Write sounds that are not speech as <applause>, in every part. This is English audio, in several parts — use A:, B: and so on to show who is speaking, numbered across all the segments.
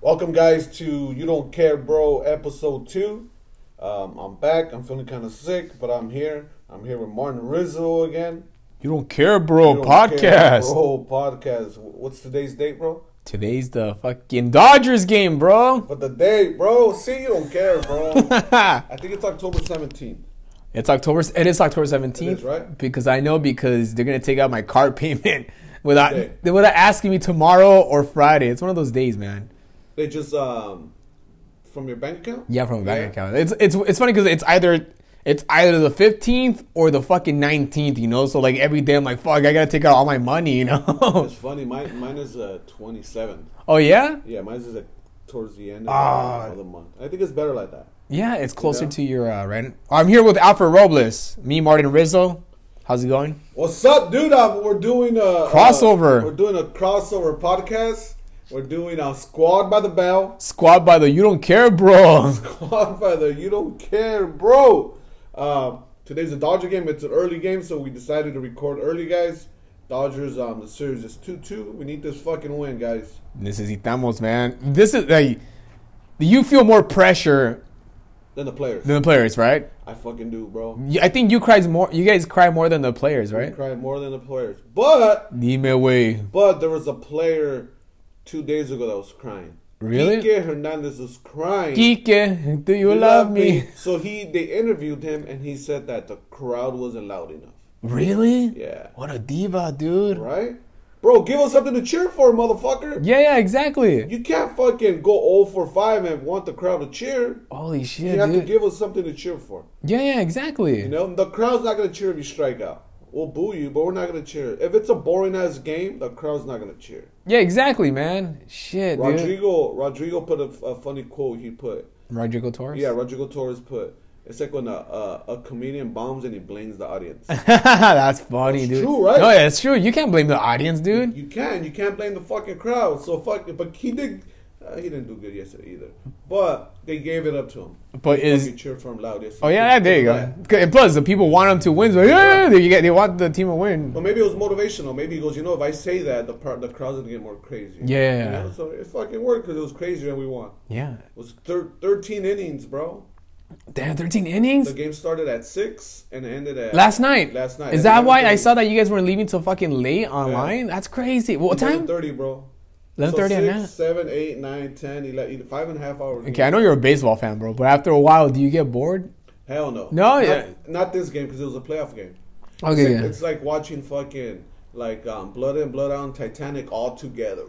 A: welcome guys to You Don't Care Bro episode two. Um, I'm back. I'm feeling kind of sick, but I'm here. I'm here with Martin Rizzo again.
B: You don't care, bro.
A: You Don't
B: podcast.
A: Care bro. Podcast. What's today's date, bro?
B: Today's the fucking Dodgers game, bro. <laughs>
A: But the date, bro. See, you don't care, bro.
B: it's
A: I think it's October 17th.
B: October. It is October seventeenth,
A: It is, right?
B: Because I know because they're gonna take out my card <laughs> payment without
A: Okay.
B: without asking me tomorrow or Friday. It's one of those days, man.
A: They just um from your bank account.
B: Yeah, from a bank account. It's it's it's funny because it's either it's either the fifteth or the fucking nineteenth. You know, so like every day I'm like, fuck, I gotta take out all my money. You know. <laughs>
A: It's funny. Mine, mine is uh 27th.
B: oh yeah,
A: Yeah, mine is uh, towards the end of,
B: Ah.
A: the, of the month. I think it's better like that.
B: yeah. It's closer
A: Yeah.
B: to your uh, rent. I'm here with Alfred Robles, me, Martin Rizzo. How's it going?
A: What's up, dude? Um, we're doing a
B: Crossover.
A: uh, we're doing a crossover podcast. We're doing a squad by the bell, <laughs>
B: Squad by the you don't care, bro. <laughs>
A: squad by the you don't care, bro. Um, today's a Dodger game. It's an early game, so we decided to record early, guys. Dodgers, um, the series is two two. We need this fucking win, guys.
B: Necesitamos, man. This is like you feel more pressure
A: Then the players,
B: than the players, right?
A: I fucking do, bro.
B: You- I think you cries more. You guys cry more than the players,
A: I
B: right?
A: cry more than the players, but
B: Dime way.
A: but there was a player two days ago that was crying.
B: Really?
A: Kike Hernandez was crying.
B: Kike, do you
A: You
B: love me?
A: So he they interviewed him and he said that the crowd wasn't loud enough.
B: Really?
A: Yeah.
B: What a diva, dude.
A: Right? Bro, give us something to cheer for, motherfucker.
B: Yeah, yeah, exactly.
A: You can't fucking go 0 for 5 and want the crowd to cheer.
B: Holy
A: You
B: shit,
A: have to
B: dude.
A: give us something to cheer for.
B: yeah, yeah, exactly.
A: You know, the crowd's not gonna cheer if you strike out. We'll boo you, but we're not gonna cheer. If it's a boring ass game, the crowd's not gonna cheer.
B: yeah, exactly, man. Shit, dude.
A: Rodrigo Rodrigo put a, a funny quote he put.
B: Rodrigo Torres.
A: Yeah, Rodrigo Torres put. It's like when a, a, a comedian bombs and he blames the audience.
B: <laughs> That's funny, dude.
A: true, right?
B: No, yeah, it's true. You can't blame the audience, dude.
A: You can. You can't blame the fucking crowd. So fuck. But he did. Uh, he didn't do good yesterday either. But they gave it up to him.
B: But is
A: He cheered for him loud yesterday.
B: Oh yeah, there you go. And plus, the people want him to win. So yeah, yeah, yeah, you get they want the team to win.
A: But maybe it was motivational. Maybe he goes, you know, if I say that, the part, the crowd's gonna get more crazy.
B: Yeah.
A: You know? So it fucking worked because it was crazier and we won.
B: Yeah,
A: It was thir- thirteen innings, bro.
B: damn, thirteen
A: The
B: innings
A: game started at six and ended at
B: last night.
A: Last night.
B: Is that why I saw that you guys were leaving till fucking late online? That's crazy. What time?
A: Thirty, bro.
B: Eleven thirty
A: so
B: at
A: six,
B: night.
A: seven, eight, nine, ten, eleven, five and a half hours.
B: Okay, I know you're a baseball fan, bro, but after a while, do you get bored?
A: Hell no.
B: No,
A: Not-
B: yeah.
A: Not this game because it was a playoff game. It's
B: Okay,
A: like,
B: yeah.
A: it's like watching fucking like um, Blood in Blood Out and Titanic all together.
B: <laughs>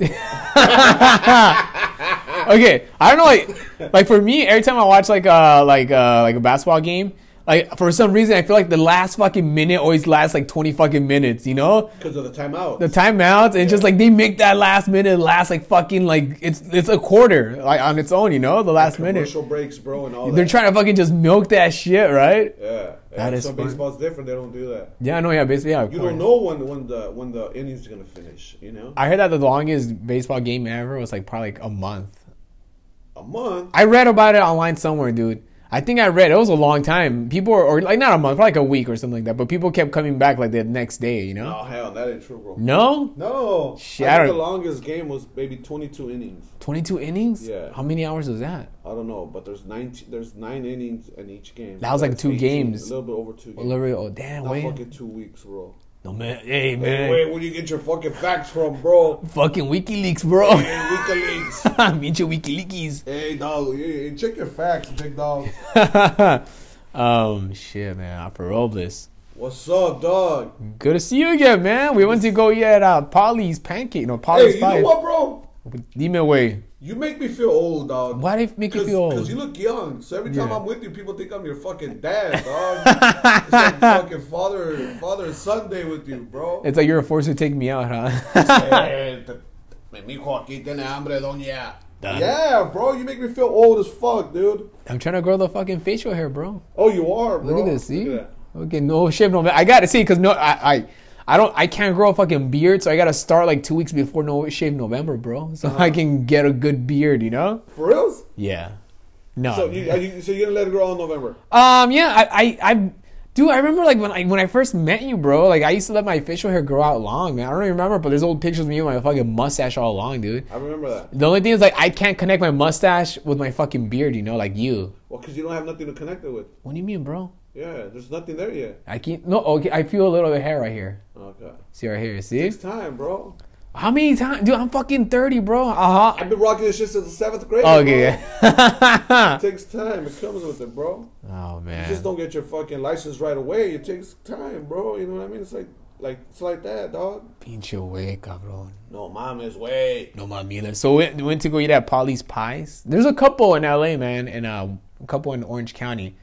B: okay. I don't know, like, like for me, every time I watch like uh like uh like a basketball game, like for some reason I feel like the last fucking minute always lasts like twenty fucking minutes, you know?
A: Because of the timeout.
B: the timeouts and just like they make that last minute last like fucking like it's it's a quarter like on its own you know the last minute
A: commercial breaks, bro, and all
B: they're
A: that.
B: trying to fucking just milk that shit right
A: yeah, yeah.
B: That is
A: Some
B: fun.
A: baseball's different. They don't do that.
B: yeah no yeah basically yeah
A: You
B: quarter.
A: don't know when when the when the innings gonna finish. You know,
B: I heard that the longest baseball game ever was like probably like a month
A: a month.
B: I read about it online somewhere dude I think I read it was a long time people were, or like not a month probably like a week or something like that but people kept coming back like the next day you know
A: Oh hell, that ain't true, bro.
B: no
A: No,
B: Mm. Shit,
A: I
B: I
A: think the
B: don't-
A: longest game was maybe 22 innings.
B: 22 innings
A: Yeah.
B: how many hours was that
A: I don't know, but there's 19, there's nine innings in each game.
B: That was like
A: That's
B: two
A: 18,
B: games.
A: a little bit over two. Games.
B: literally oh damn
A: Not
B: wait
A: fucking two weeks, bro.
B: no man hey
A: Hey,
B: man
A: wait, where do you get your fucking facts from, bro?
B: fucking WikiLeaks bro <laughs>
A: Hey, WikiLeaks.
B: Meet your WikiLeaks.
A: Hey dog, hey, hey, check your facts, big dog.
B: <laughs> um, shit, man. I paroled this.
A: What's up, dog?
B: Good to see you again, man. We went to go get uh, Polly's pancake. No,
A: Hey,
B: Polly's
A: you know
B: pie.
A: what, bro?
B: Dime way.
A: You make me feel old, dog.
B: Why did it make you feel
A: Because
B: old?
A: you look young. So every time
B: Yeah.
A: I'm with you, people think I'm your fucking
B: <laughs>
A: dad, dog. it's like fucking father, father Sunday with you, bro. <laughs>
B: It's <laughs> like you're forced to take me out, huh? <laughs>
A: Hey, te- me mijo, aquí tiene hambre, doña. Yeah, bro, you make me feel old as fuck, dude.
B: I'm trying to grow the fucking facial hair, bro.
A: Oh, you are, bro.
B: Look at this, see?
A: Look at that.
B: okay, no shave, no. I gotta see, cause no, I, I, I don't, I can't grow a fucking beard, so I gotta start like two weeks before no shave November, bro, so
A: Uh-huh.
B: I can get a good beard, you know?
A: For reals?
B: Yeah. No.
A: So you, are you, so you're gonna let it grow all November?
B: Um, yeah, I, I, I, Dude, I remember like when I when I first met you, bro. Like I used to let my facial hair grow out long, man. I don't even remember, but there's old pictures of me with my fucking mustache all long, dude.
A: I remember that.
B: The only thing is like I can't connect my mustache with my fucking beard, you know, like you.
A: Well, because you don't have nothing to connect it with.
B: What do you mean, bro?
A: Yeah, there's nothing there yet.
B: I can't. No, okay. I feel a little bit hair right here.
A: Oh god,
B: See right here. See
A: it's time, bro.
B: how many times, dude? I'm fucking thirty, bro. Uh huh.
A: I've been rocking this shit since the seventh grade.
B: Okay. <laughs>
A: bro. It takes time. It comes with it, bro.
B: oh
A: You
B: man.
A: just don't get your fucking license right away. It takes time, bro. You know what I mean? It's like, like it's like that, dog.
B: Pinche way, cabrón.
A: No mames, way.
B: No mamila. So we we went to go eat at Polly's Pies. There's a couple in LA, man, and uh, a couple in Orange County.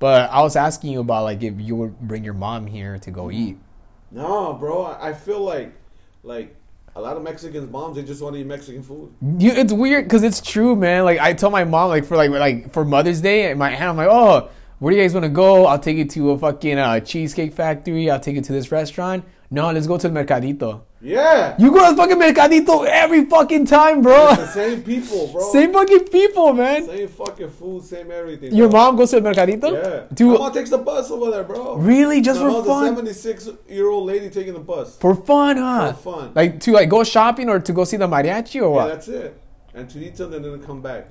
B: But I was asking you about like if you would bring your mom here to go eat.
A: No, bro. I, I feel like, like a lot of Mexicans moms, they just want to eat Mexican food.
B: You, it's weird because it's true, man. Like I tell my mom, like for like like for Mother's Day, and my aunt, I'm like, oh, where do you guys want to go? I'll take you to a fucking uh, cheesecake factory. I'll take you to this restaurant. No, let's go to the mercadito.
A: Yeah,
B: You go to the fucking mercadito every fucking time,
A: the
B: bro. <laughs>
A: same people, bro.
B: Same fucking people, man.
A: Same fucking food, same everything.
B: Your
A: bro.
B: mom goes to the mercadito,
A: Yeah.
B: dude.
A: My mom takes the bus over there, bro.
B: Really, just
A: My
B: for
A: mom's
B: fun?
A: a 76 year old lady taking the bus.
B: For fun, huh?
A: For fun.
B: Like to like go shopping or to go see the mariachi or
A: Yeah,
B: what?
A: that's it. And to eat something and then come back.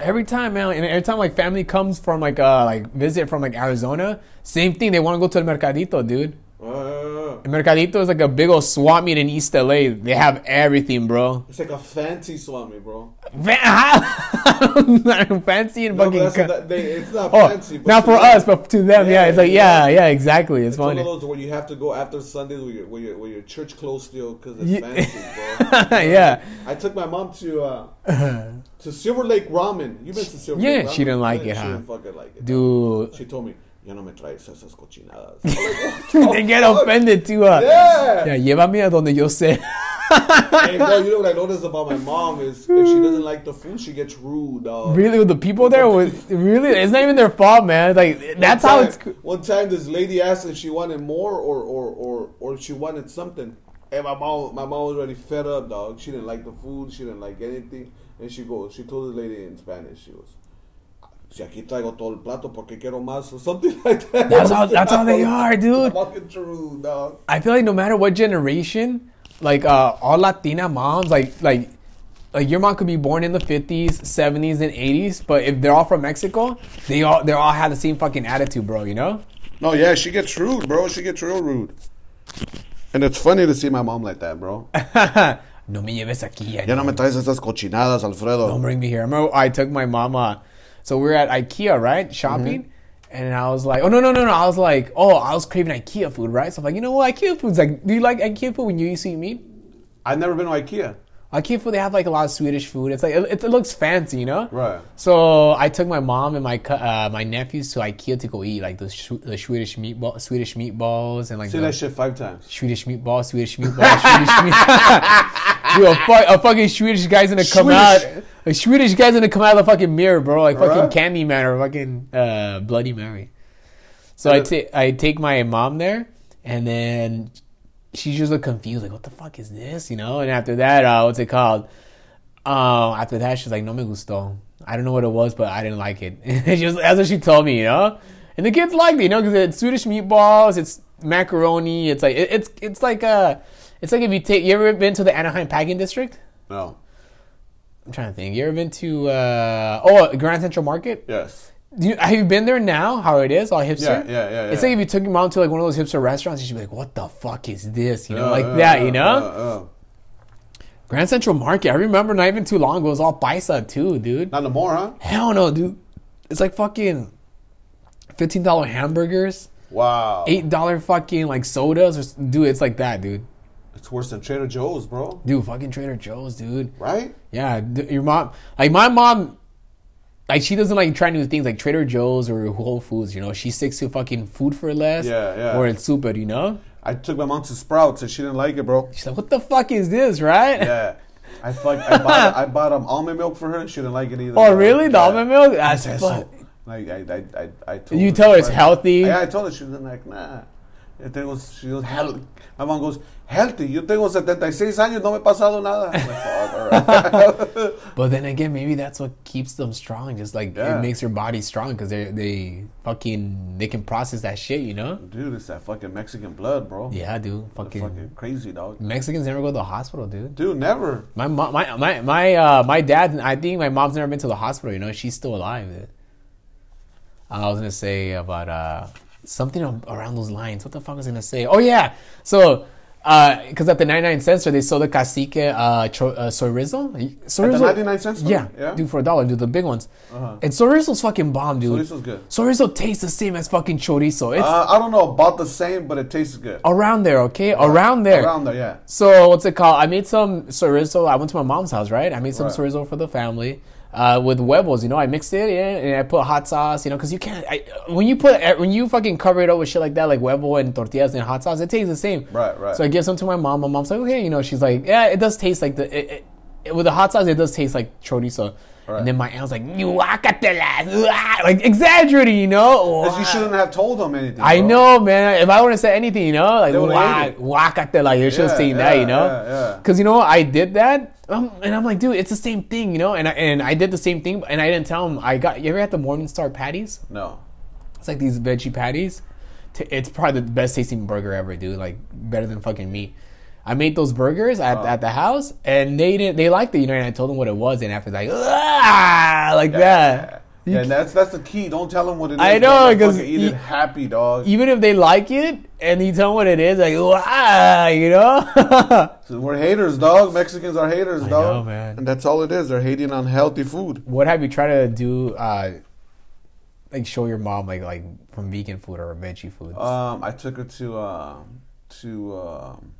B: every time, man, and every time like family comes from like uh like visit from like Arizona, same thing. They want to go to the mercadito, dude.
A: Uh,
B: The mercadito is like a big old swap meet in East LA. They have everything, bro.
A: it's like a fancy swami, bro.
B: Fa- <laughs> I don't know, <laughs> Fancy and
A: No, but
B: fucking.
A: that's
B: co-
A: that, they, it's not
B: oh,
A: fancy. but
B: not
A: to
B: for
A: them,
B: us, but to them, yeah.
A: Yeah,
B: it's like yeah, yeah, exactly. It's,
A: It's one
B: funny.
A: of those where you have to go after Sundays where your where your, where your church closed still because it's
B: Ye-
A: fancy, bro.
B: <laughs>
A: <laughs>
B: yeah,
A: I took my mom to
B: <laughs>
A: uh, to Silver Lake Ramen. You've been to Silver
B: Yeah,
A: Lake? Ramen?
B: she didn't like
A: Yeah,
B: it,
A: She
B: huh?
A: didn't fucking like it.
B: dude.
A: She told me, "Yo no me traes esas cochinadas."
B: <laughs> they get offended too. Uh,
A: Oh, Yeah.
B: yeah, llévame a donde yo sé.
A: hey, bro, you know what I noticed about my mom is if she doesn't like the food, she gets rude, dog.
B: Really, with the people there, with really, it's not even their fault, man. Like that's how
A: One
B: it's.
A: time- One time, this lady asked if she wanted more or or or or she wanted something, and my mom my mom was already fed up, dog. She didn't like the food. She didn't like anything, and she goes. She told the lady in Spanish. She goes. Si aquí traigo todo el plato porque quiero más or something <laughs> like that.
B: That's how- that's how
A: <laughs>
B: they are, dude.
A: Fucking true, dog.
B: I feel like no matter what generation, like uh, all Latina moms, like like like your mom could be born in the fifties, seventies, and eighties, but if they're all from Mexico, they all they all have the same fucking attitude, bro. You know?
A: No, yeah, she gets rude, bro. She gets real rude. And it's funny to see my mom like that, bro.
B: no me lleves aquí.
A: Ya no me traes esas cochinadas, Alfredo.
B: don't bring me here. I remember I took my mama. So we were at IKEA, right, shopping, and I was like, oh no no no no. I was like, oh, I was craving IKEA food, right? So I'm like, you know what, IKEA food's like, do you like IKEA food when you see me?
A: I've never been to IKEA.
B: IKEA food, they have like a lot of Swedish food. It's like it, it looks fancy, you know.
A: Right.
B: So I took my mom and my cu- uh, my nephews to IKEA to go eat like the, Sw- the Swedish meatball, Swedish meatballs, and like
A: Say
B: the-
A: that shit five times.
B: Swedish meatball, Swedish meatball, Swedish
A: <laughs>
B: meatball. <laughs> Dude, a, fu- a fucking Swedish guy's gonna come
A: Swedish.
B: out. A Swedish guy's gonna come out of the fucking mirror, bro. Like fucking
A: Alright.
B: Candyman or fucking uh, Bloody Mary. So I take I take my mom there, and then she's just like confused, like what the fuck is this, you know? And after that, uh, what's it called? Um, after that, she's like, "No me gustó." I don't know what it was, but I didn't like it. <laughs> she was, that's what she told me, you know. And the kids liked it, you know, because it's Swedish meatballs, it's macaroni, it's like it, it's it's like uh it's like if you take you ever been to the Anaheim Packing District?
A: No.
B: I'm trying to think. You ever been to uh oh Grand Central Market?
A: Yes.
B: Do you, have you been there now? How it is, all hipster.
A: Yeah, yeah, yeah,
B: It's
A: yeah.
B: like if you took your mom to like one of those hipster restaurants, she'd be like, "What the fuck is this?" You know,
A: Uh,
B: like
A: uh,
B: that.
A: uh,
B: You know,
A: uh, uh.
B: Grand Central Market. I remember not even too long ago, it was all paisa too, dude.
A: Not no more, huh?
B: Hell no, dude. It's like fucking fifteen dollar hamburgers,
A: Wow.
B: eight dollar fucking like sodas, or s- dude. It's like that, dude.
A: It's worse than Trader Joe's, bro.
B: Dude, fucking Trader Joe's, dude.
A: Right?
B: Yeah, d- your mom, like my mom, like she doesn't like try new things like Trader Joe's or Whole Foods. You know, she sticks to fucking food for less.
A: Yeah, yeah.
B: Or it's super, you know.
A: I took my mom to Sprouts and she didn't like it,
B: <laughs>
A: bro.
B: She's like, "What the fuck is this?" Right?
A: Yeah. I fuck. I bought. I bought um, almond milk for her. and She didn't like it either.
B: <laughs> Oh,
A: bro.
B: really? The
A: Yeah.
B: almond milk? That's
A: Said
B: fu-
A: so. Like I, I, I, I told
B: You tell her it's
A: but-
B: healthy?
A: Yeah, I told her she was like, nah. Yo tengo, she goes, "Hell-" my mom goes, healthy. Yo tengo 76 años, no me he pasado nada. I'm like, "Fuck, all right."
B: But then again, maybe that's what keeps them strong. Just like
A: Yeah.
B: it makes your body strong because they they fucking they can process that shit. You
A: <laughs>
B: know?
A: Dude, it's that fucking Mexican blood, bro.
B: Yeah, dude. Fucking,
A: Fucking crazy, dog.
B: Mexicans never go to the hospital, dude.
A: Dude, never.
B: My mom, my my my uh, my dad. I think my mom's never been to the hospital. You know, she's still alive. dude. I was gonna say about uh, something a- around those lines. What the fuck was I gonna say? Oh yeah, so. Because at the 99 cent store, they sold the cacique uh, cho- uh, chorizo. Chorizo-
A: At the 99 cent store?
B: Yeah,
A: Yeah. Uh-huh.
B: dude, for a dollar, dude, the big ones. And chorizo's fucking bomb, dude.
A: Chorizo's good.
B: Chorizo tastes the same as fucking chorizo. It's
A: Uh, I don't know about the same, but it tastes good.
B: around there, okay? Around there.
A: Around there, yeah.
B: So what's it called? I made some chorizo. I went to my mom's house, right? I made some
A: Right.
B: chorizo for the family uh, with huevos. You know, I mixed it in and I put hot sauce. You know, because you can't I, when you put eh, when you fucking cover it up with shit like that, like huevo and tortillas and hot sauce, it tastes the same.
A: Right, right.
B: So I give some to my mom. My mom's like, okay, you know, she's like, yeah, it does taste like the it, it, it- with the hot sauce. It does taste like chorizo.
A: Right.
B: And then my aunt was like, "Guacatela," <laughs> like exaggerating, you know.
A: But you shouldn't have told them anything.
B: I
A: bro.
B: know, man. If I would have said anything, you know, like
A: They would've
B: wah,
A: hated it.
B: wah, like you should have
A: Yeah,
B: seen that,
A: yeah,
B: you know,
A: yeah, yeah.
B: because you know I did that, um, and I'm like, dude, it's the same thing, you know, and I, and I did the same thing, and I didn't tell him. I got you ever had the Morningstar patties?
A: No.
B: It's like these veggie patties. T- It's probably the best tasting burger ever, dude. Like better than fucking meat. I made those burgers at, at the house, and they didn't. They liked it, you know. And I told them what it was, and after like, ah, like that. You
A: Yeah, and that's that's the key. Don't tell them what it is.
B: I
A: bro.
B: know,
A: Like,
B: 'cause
A: fucking eat
B: you-
A: it happy, dog.
B: even if they like it and you tell them what it is, like wow, you know. <laughs>
A: So we're haters, dog. Mexicans are haters, dog.
B: know, man.
A: And that's all it is. They're hating on healthy food.
B: what have you tried to do? Uh, like show your mom like like from vegan food or veggie food.
A: Um, I took her to uh, to um,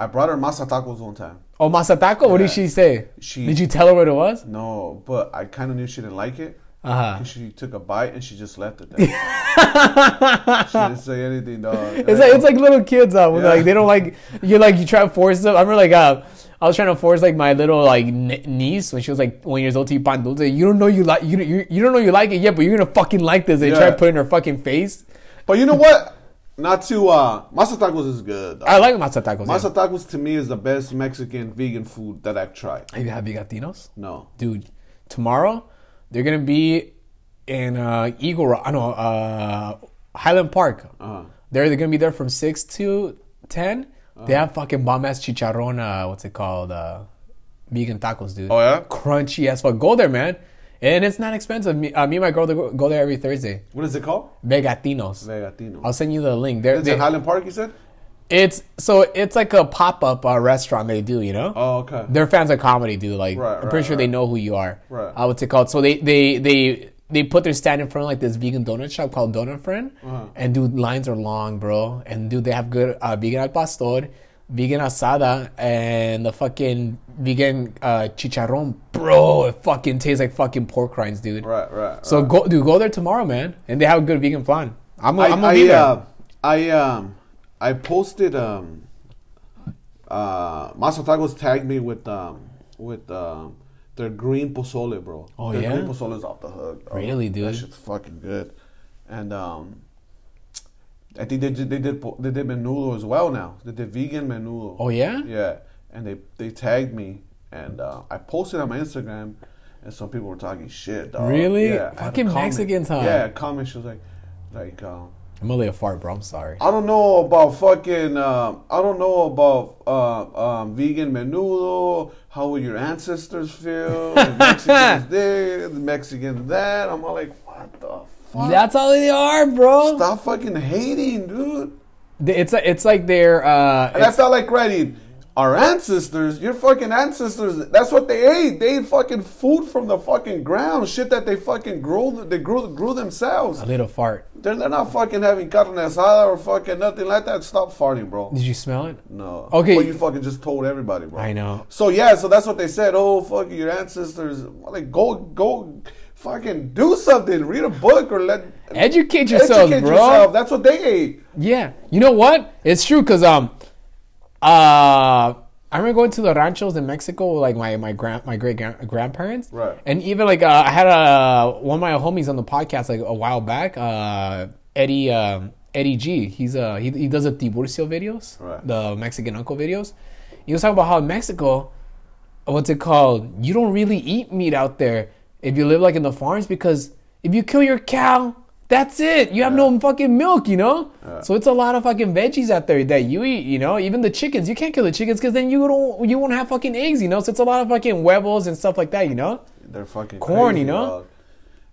A: I brought her masa tacos one time.
B: oh, masataco. What did
A: yeah.
B: she say?
A: She-
B: did you tell her what it was?
A: No, but I kind of knew she didn't like it.
B: Uh huh.
A: 'Cause She took a bite and she just left it. There.
B: <laughs>
A: she didn't say anything, dog.
B: It's like it's like little kids uh, when
A: Yeah.
B: like they don't like you're like you try to force them. I remember like uh, I was trying to force like my little like n- niece when she was like one years old to eat pan dulce. You don't know you like you, you you don't know you like it yet, but you're gonna fucking like this. They try
A: Yeah.
B: to put it in her fucking face.
A: But you know what? Not to uh, masa tacos is good. Dog.
B: I like masatacos. yeah.
A: Masa tacos to me is the best Mexican vegan food that I've tried.
B: Have you have you Latinos?
A: No.
B: Dude, tomorrow they're gonna be in uh, Eagle Rock. I know uh, Highland Park.
A: Uh-huh.
B: They're, they're gonna be there from six to 10 They have fucking bomb ass chicharron. Uh, what's it called? Uh, vegan tacos, dude.
A: Oh, yeah?
B: crunchy as fuck. Go there, man. And it's not expensive. Me, uh, me and my girl they go go there every Thursday.
A: What is it called?
B: Vegatinos.
A: Vegatino.
B: I'll send you the link. They're,
A: It's
B: they,
A: in Highland Park, you said?
B: it's so it's like a pop up uh, restaurant they do. You know.
A: Oh, okay.
B: They're fans of comedy, dude. Like
A: Right,
B: I'm pretty
A: right,
B: sure they know who you are.
A: Right.
B: Uh, what's it called? So they they they they put their stand in front of like this vegan donut shop called Donut Friend,
A: Uh-huh.
B: and dude lines are long, bro. And dude, they have good uh, vegan al pastor, vegan asada, and the fucking vegan uh, chicharron, bro. It fucking tastes like fucking pork rinds, dude.
A: Right, right.
B: So go dude, go there tomorrow, man, and they have a good vegan flan. I'm gonna,
A: I,
B: I, am
A: I,
B: gonna be there.
A: uh, I um I posted um uh Maso Tacos tagged me with um with um their green pozole, bro.
B: Oh,
A: their
B: yeah?
A: green pozole's off the hook. bro.
B: Really, dude?
A: That shit's fucking good. And um I think they did they did po- they did menudo as well now. They did vegan menudo.
B: Oh, yeah?
A: Yeah. And they they tagged me and uh, I posted on my Instagram and some people were talking shit, dog.
B: Really?
A: Yeah, I had a
B: Fucking
A: comment.
B: Mexicans, huh?
A: Yeah, a comment she was like like um
B: I'm gonna lay a fart, bro. I'm sorry.
A: I don't know about fucking. Um, I don't know about uh, um, vegan menudo. How would your ancestors feel?
B: <laughs>
A: The Mexicans this, the Mexicans that. I'm all like, what the fuck?
B: That's how they are, bro.
A: Stop fucking hating, dude.
B: It's it's like they're uh,
A: And that's not like writing. Our ancestors, your fucking ancestors. That's what they ate. They ate fucking food from the fucking ground, shit that they fucking grew. They grew grew themselves.
B: a little fart.
A: They're, they're not fucking having carne asada or fucking nothing like that. Stop farting, bro.
B: Did you smell it?
A: No.
B: Okay.
A: Well, you fucking just told everybody, bro.
B: I know.
A: So yeah, so that's what they said. Oh, fuck your ancestors. Like, go, go, fucking do something. Read a book or let
B: Educate yourselves, bro.
A: That's what they ate.
B: Yeah, you know what? It's true because um, uh, I remember going to the ranchos in Mexico, with, like my my grand my great gran- grandparents,
A: Right.
B: And even like uh, I had uh, one of my homies on the podcast like a while back, uh, Eddie um, Eddie G. He's uh he, he does the Tiburcio videos,
A: Right.
B: the Mexican Uncle videos. He was talking about how in Mexico, what's it called? You don't really eat meat out there if you live like in the farms because if you kill your cow, that's it. You have no fucking milk, you know. So it's a lot of fucking veggies out there that you eat, you know. Even the chickens, you can't kill the chickens because then you don't you won't have fucking eggs, you know. So it's a lot of fucking huevos and stuff like that, you know.
A: They're fucking
B: Corn,
A: crazy,
B: you know?
A: dog.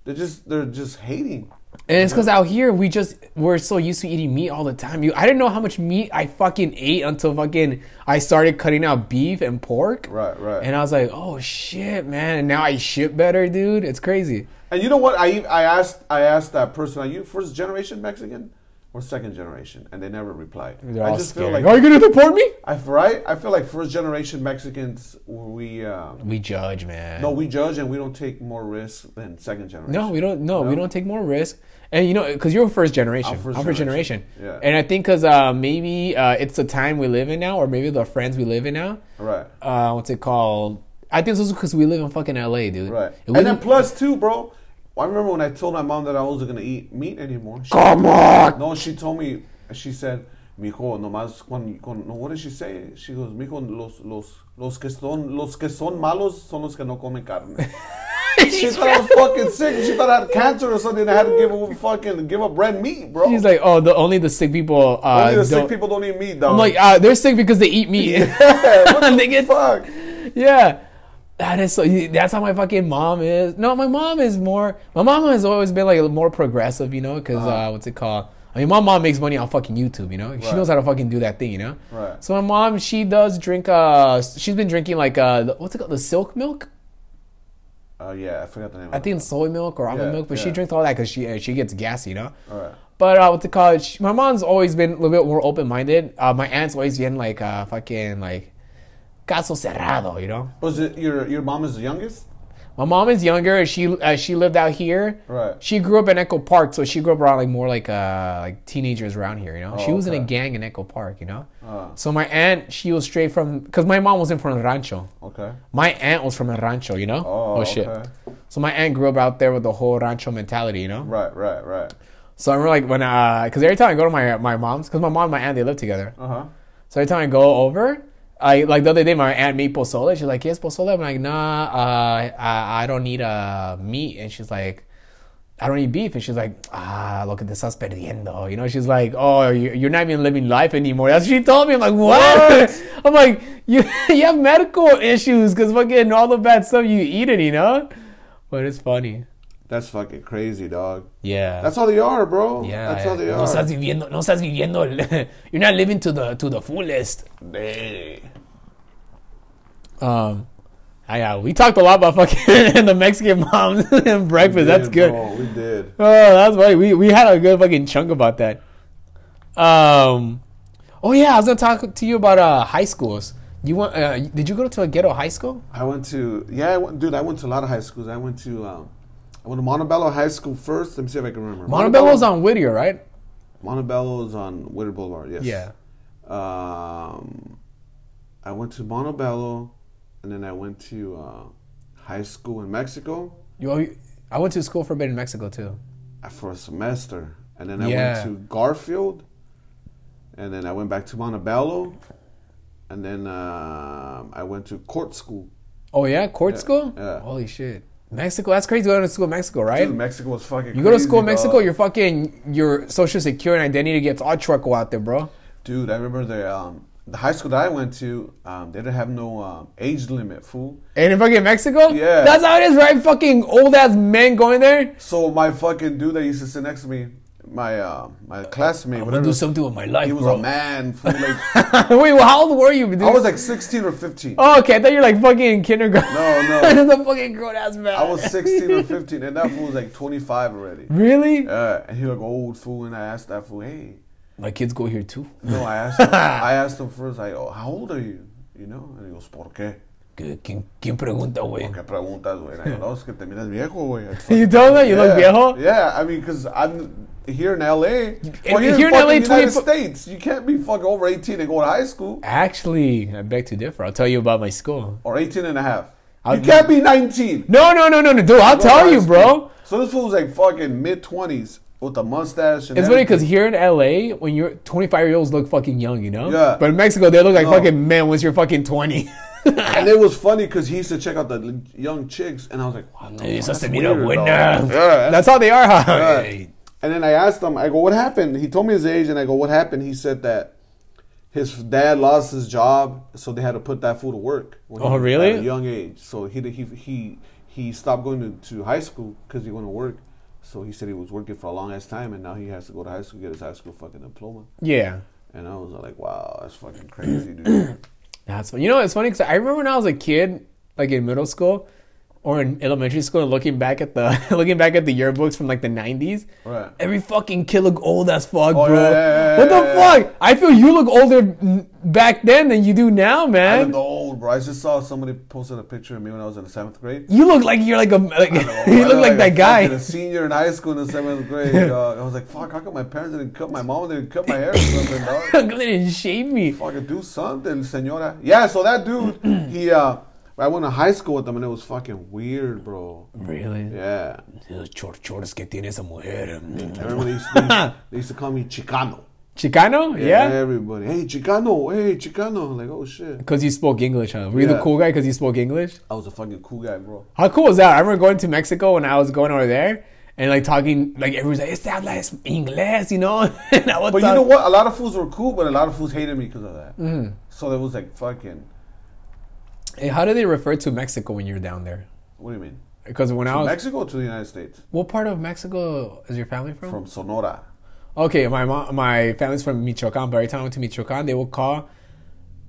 A: They're just they're just hating.
B: And it's because out here we just we're so used to eating meat all the time. You, I didn't know how much meat I fucking ate until fucking I started cutting out beef and pork.
A: Right, right.
B: And I was like, oh shit, man! And now I shit better, dude. It's crazy.
A: And you know what? I I asked I asked that person, are you first generation Mexican or second generation? And they never replied.
B: They're
A: I
B: all
A: just
B: scared.
A: feel
B: Are
A: like
B: you gonna deport me?
A: I right. I feel like first generation Mexicans we um,
B: We judge, man.
A: no we judge and we don't take more risks than second generation.
B: No, we don't. No, we don't take more risk. And you know, because you're first generation, I'm
A: I'm
B: first,
A: first
B: generation.
A: generation. Yeah.
B: And I think because uh, maybe uh, it's the time we live in now, or maybe the friends we live in now.
A: Right.
B: Uh, what's it called? I think it's because we live in fucking LA, dude.
A: Right.
B: If we
A: And then
B: didn't-
A: plus two, bro. I remember when I told my mom that I wasn't gonna eat meat anymore. She,
B: Come on.
A: no, she told me. She said, "Mijo, nomás cuando, cuando what did she say? She goes, "Mijo, los los los que son los que son malos son los que no comen
B: <laughs>
A: carne." she thought I was fucking sick. She thought I had cancer or something. I had to give up fucking give up red meat, bro.
B: She's like, oh, the only the sick people. Uh,
A: Only the
B: don't.
A: sick people don't eat meat, dog.
B: I'm like, uh, they're sick because they eat meat.
A: <laughs>
B: <laughs>
A: what the
B: They get-
A: fuck?
B: yeah. That is so. That's how my fucking mom is. No, my mom is more. My mom has always been like more progressive, you know. Because uh, what's it called? I mean, my mom makes money on fucking YouTube, you know. She
A: Uh-huh. Right.
B: knows how to fucking do that thing, you know.
A: Right.
B: So my mom, she does drink. Uh, she's been drinking like uh, the- what's it called? The silk milk.
A: Oh yeah, I forgot the name.
B: I think soy milk or almond
A: Yeah,
B: milk, but she
A: yeah.
B: drinks all that because she uh, she gets gassy, you know.
A: All right.
B: But uh, what's it called? She, my mom's always been a little bit more open minded. Uh, my aunt's always been like uh, fucking like caso cerrado, you know.
A: Was Oh, it your your mom is the youngest?
B: My mom is younger. She uh, she lived out here.
A: Right.
B: She grew up in Echo Park, so she grew up around like more like uh like teenagers around here. You know, she was in a
A: Oh, okay.
B: gang in Echo Park. You know.
A: Ah.
B: So my aunt, she was straight from because my mom wasn't from El Rancho.
A: Okay.
B: My aunt was from El Rancho. You know.
A: Oh,
B: shit.
A: okay.
B: So my aunt grew up out there with the whole Rancho mentality. You know.
A: Right, right, right.
B: So I remember like when uh because every time I go to my my mom's because my mom and my aunt they live together.
A: Uh huh.
B: So every time I go over, I like the other day my aunt made pozole. She's like, "Yes, pozole." I'm like, "Nah, uh, I, I don't need uh, meat." And she's like, "I don't eat beef." And she's like, "Ah, lo que te estás perdiendo." You know, she's like, "Oh, you- you're not even living life anymore." That's what she told me. I'm like, "What?" <laughs> I'm like, "You you have medical issues because fucking all the bad stuff you eat it, you know." But it's funny.
A: That's fucking crazy, dog.
B: Yeah.
A: That's how they are, bro.
B: yeah,
A: That's how they
B: no
A: are.
B: estás viviendo, no estás viviendo. el- <laughs> You're not living to the to the fullest.
A: They-
B: Um, I, uh, we talked a lot about fucking <laughs> the Mexican moms and breakfast. That's
A: Yeah,
B: good.
A: bro, we did.
B: Oh, that's funny. We we had a good fucking chunk about that. Um, oh yeah, I was gonna talk to you about uh high schools. You went? Uh, did you go to a ghetto high school?
A: I went to yeah, I went, dude. I went to a lot of high schools. I went to um, I went to Montebello High School first. Let me see if I can remember.
B: Montebello's on Whittier, right?
A: Montebello's on Witter Boulevard. Yes. Um, I went to Montebello, and then I went to uh, high school in Mexico
B: You, I went to school for a bit in Mexico too.
A: uh, for a semester, and then I went
B: Yeah.
A: to Garfield, and then I went back to Montebello, and then um I went to court school.
B: Oh yeah, court school.
A: yeah.
B: Holy shit, Mexico. That's crazy. Going to school in Mexico, right?
A: Dude, Mexico was fucking.
B: You go to
A: crazy,
B: school in
A: dog.
B: Mexico, your fucking your social security and identity gets all truckle out there, bro.
A: Dude, I remember the um, the high school that I went to. Um, they didn't have no um, age limit, fool.
B: And in fucking Mexico?
A: Yeah.
B: That's how it is, right? Fucking old ass men going there.
A: So my fucking dude that used to sit next to me, my uh, my classmate,
B: I'm gonna do
A: whatever.
B: something with my life,
A: He was
B: bro.
A: a man. Fool. Like,
B: <laughs> Wait, well, how old were you, dude?
A: I was like 16 or 15.
B: oh, okay. I thought you were like fucking kindergarten.
A: No, no.
B: <laughs> That's a fucking grown ass man.
A: I was 16 or 15, and that fool was like 25 already.
B: Really?
A: Uh, and he like old fool, and I asked that fool, hey,
B: My kids go here too.
A: no, I asked, him, I asked him first, like, oh, how old are you? You know, and he goes, ¿por qué?
B: Que- ¿Quién, quién pregunta, güey?
A: ¿Por qué preguntas, güey? And I go, no, es que te miras viejo, güey.
B: <laughs> You told me you look viejo?
A: Yeah, I mean, because I'm here in LA. Well, here,
B: here in
A: in LA,
B: LA,
A: United
B: 25
A: States, you can't be fucking over 18 and go to high school
B: Actually, I beg to differ. I'll tell you about my school.
A: or 18 and a half.
B: I'll
A: you can't be 19.
B: No, no, no, no, no, dude. I'll
A: Go to
B: tell
A: high
B: you,
A: school.
B: bro.
A: So this fool was like fucking mid 20s, with a mustache. And
B: It's funny because
A: everything.
B: here in LA, when you're 25 year olds look fucking young, you know.
A: Yeah.
B: But in Mexico, they look like
A: No.
B: fucking men once you're fucking <laughs> 20.
A: and it was funny because he used to check out the l- young chicks, and I was like, what the
B: You're
A: fuck?
B: supposed to
A: That's
B: meet a
A: weird,
B: winner.
A: dog. Yeah.
B: That's how they are. Huh?
A: Yeah. And then I asked him, I go, what happened? He told me his age, and I go, what happened? He said that his dad lost his job, so they had to put that fool to work. when he
B: Oh,
A: was
B: really?
A: At a young age. So he he he, he stopped going to, to high school because he went to work. So he said he was working for a long ass time, and now he has to go to high school get his high school fucking diploma.
B: Yeah.
A: And I was like, wow, that's fucking crazy,
B: <clears throat>
A: dude.
B: That's fun. You know, it's funny because I remember when I was a kid, like in middle school or in elementary school, and looking back at the <laughs> looking back at the yearbooks from like the '90s.
A: Right.
B: Every fucking kid look old as fuck,
A: Oh,
B: bro.
A: yeah, yeah, yeah,
B: what the
A: yeah, yeah.
B: fuck? I feel you look older n- back then than you do now,
A: I
B: man.
A: looked old, bro. I just saw somebody posted a picture of me when I was in the seventh
B: <laughs>
A: grade.
B: You look like you're like a like, <laughs> you
A: I
B: look like
A: a
B: that guy. <laughs>
A: fucking senior in high school in the seventh grade. dog. I was like, fuck, how come my parents didn't cut my mom didn't cut my hair or something, dog?
B: <laughs> they didn't shave me.
A: Fucking do something, senora. Yeah, so that dude, he, uh, I went to high school with him and it was fucking weird, bro.
B: Really?
A: Yeah.
B: Chor- chores que tiene esa mujer.
A: Everybody used to,
B: <laughs>
A: they used to call me Chicano.
B: Chicano? Yeah.
A: Everybody. Hey, Chicano. Hey, Chicano. Like, oh shit.
B: Because you spoke English, huh? Were you the
A: Yeah.
B: cool guy because you spoke English?
A: I was a fucking cool guy, bro.
B: How cool was that? I remember going to Mexico when I was going over there and like talking, like everyone's like, este habla es inglés, you know? <laughs> and I would
A: But you
B: talk-
A: know what? A lot of fools were cool, but a lot of fools hated me because of that.
B: Mm-hmm.
A: So there was like fucking.
B: Hey, Eh, how do they refer to Mexico when you're down there?
A: What do you mean?
B: Because when I
A: From
B: was.
A: Mexico to the United States,
B: what part of Mexico is your family from?
A: from Sonora.
B: Okay, my mom, my family's from Michoacan, but every time I went to Michoacan, they would call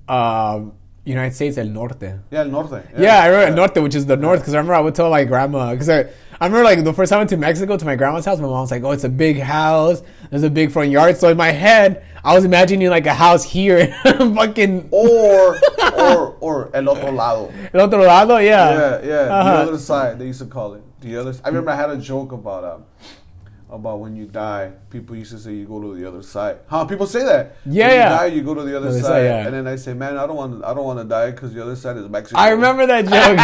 B: um, United States El Norte.
A: Yeah, el norte.
B: Yeah, I remember Norte, which is the north, because I remember I would tell my grandma, because I, I remember like the first time I went to Mexico to my grandma's house, my mom was like, oh, it's a big house, there's a big front yard. So in my head, I was imagining like a house here, <laughs> fucking
A: Or or or el otro
B: <laughs>
A: lado.
B: el otro lado, yeah.
A: Yeah, yeah. The
B: Uh-huh.
A: other side. They used to call it the other. s- I remember I had a joke about um about when you die, people used to say you go to the other side. Huh? People say that.
B: Yeah,
A: When you
B: yeah.
A: die, you go to the other
B: Other
A: side,
B: side, yeah.
A: and then I say, man, I don't want I don't want to die because the other side is Mexico.
B: I remember that joke.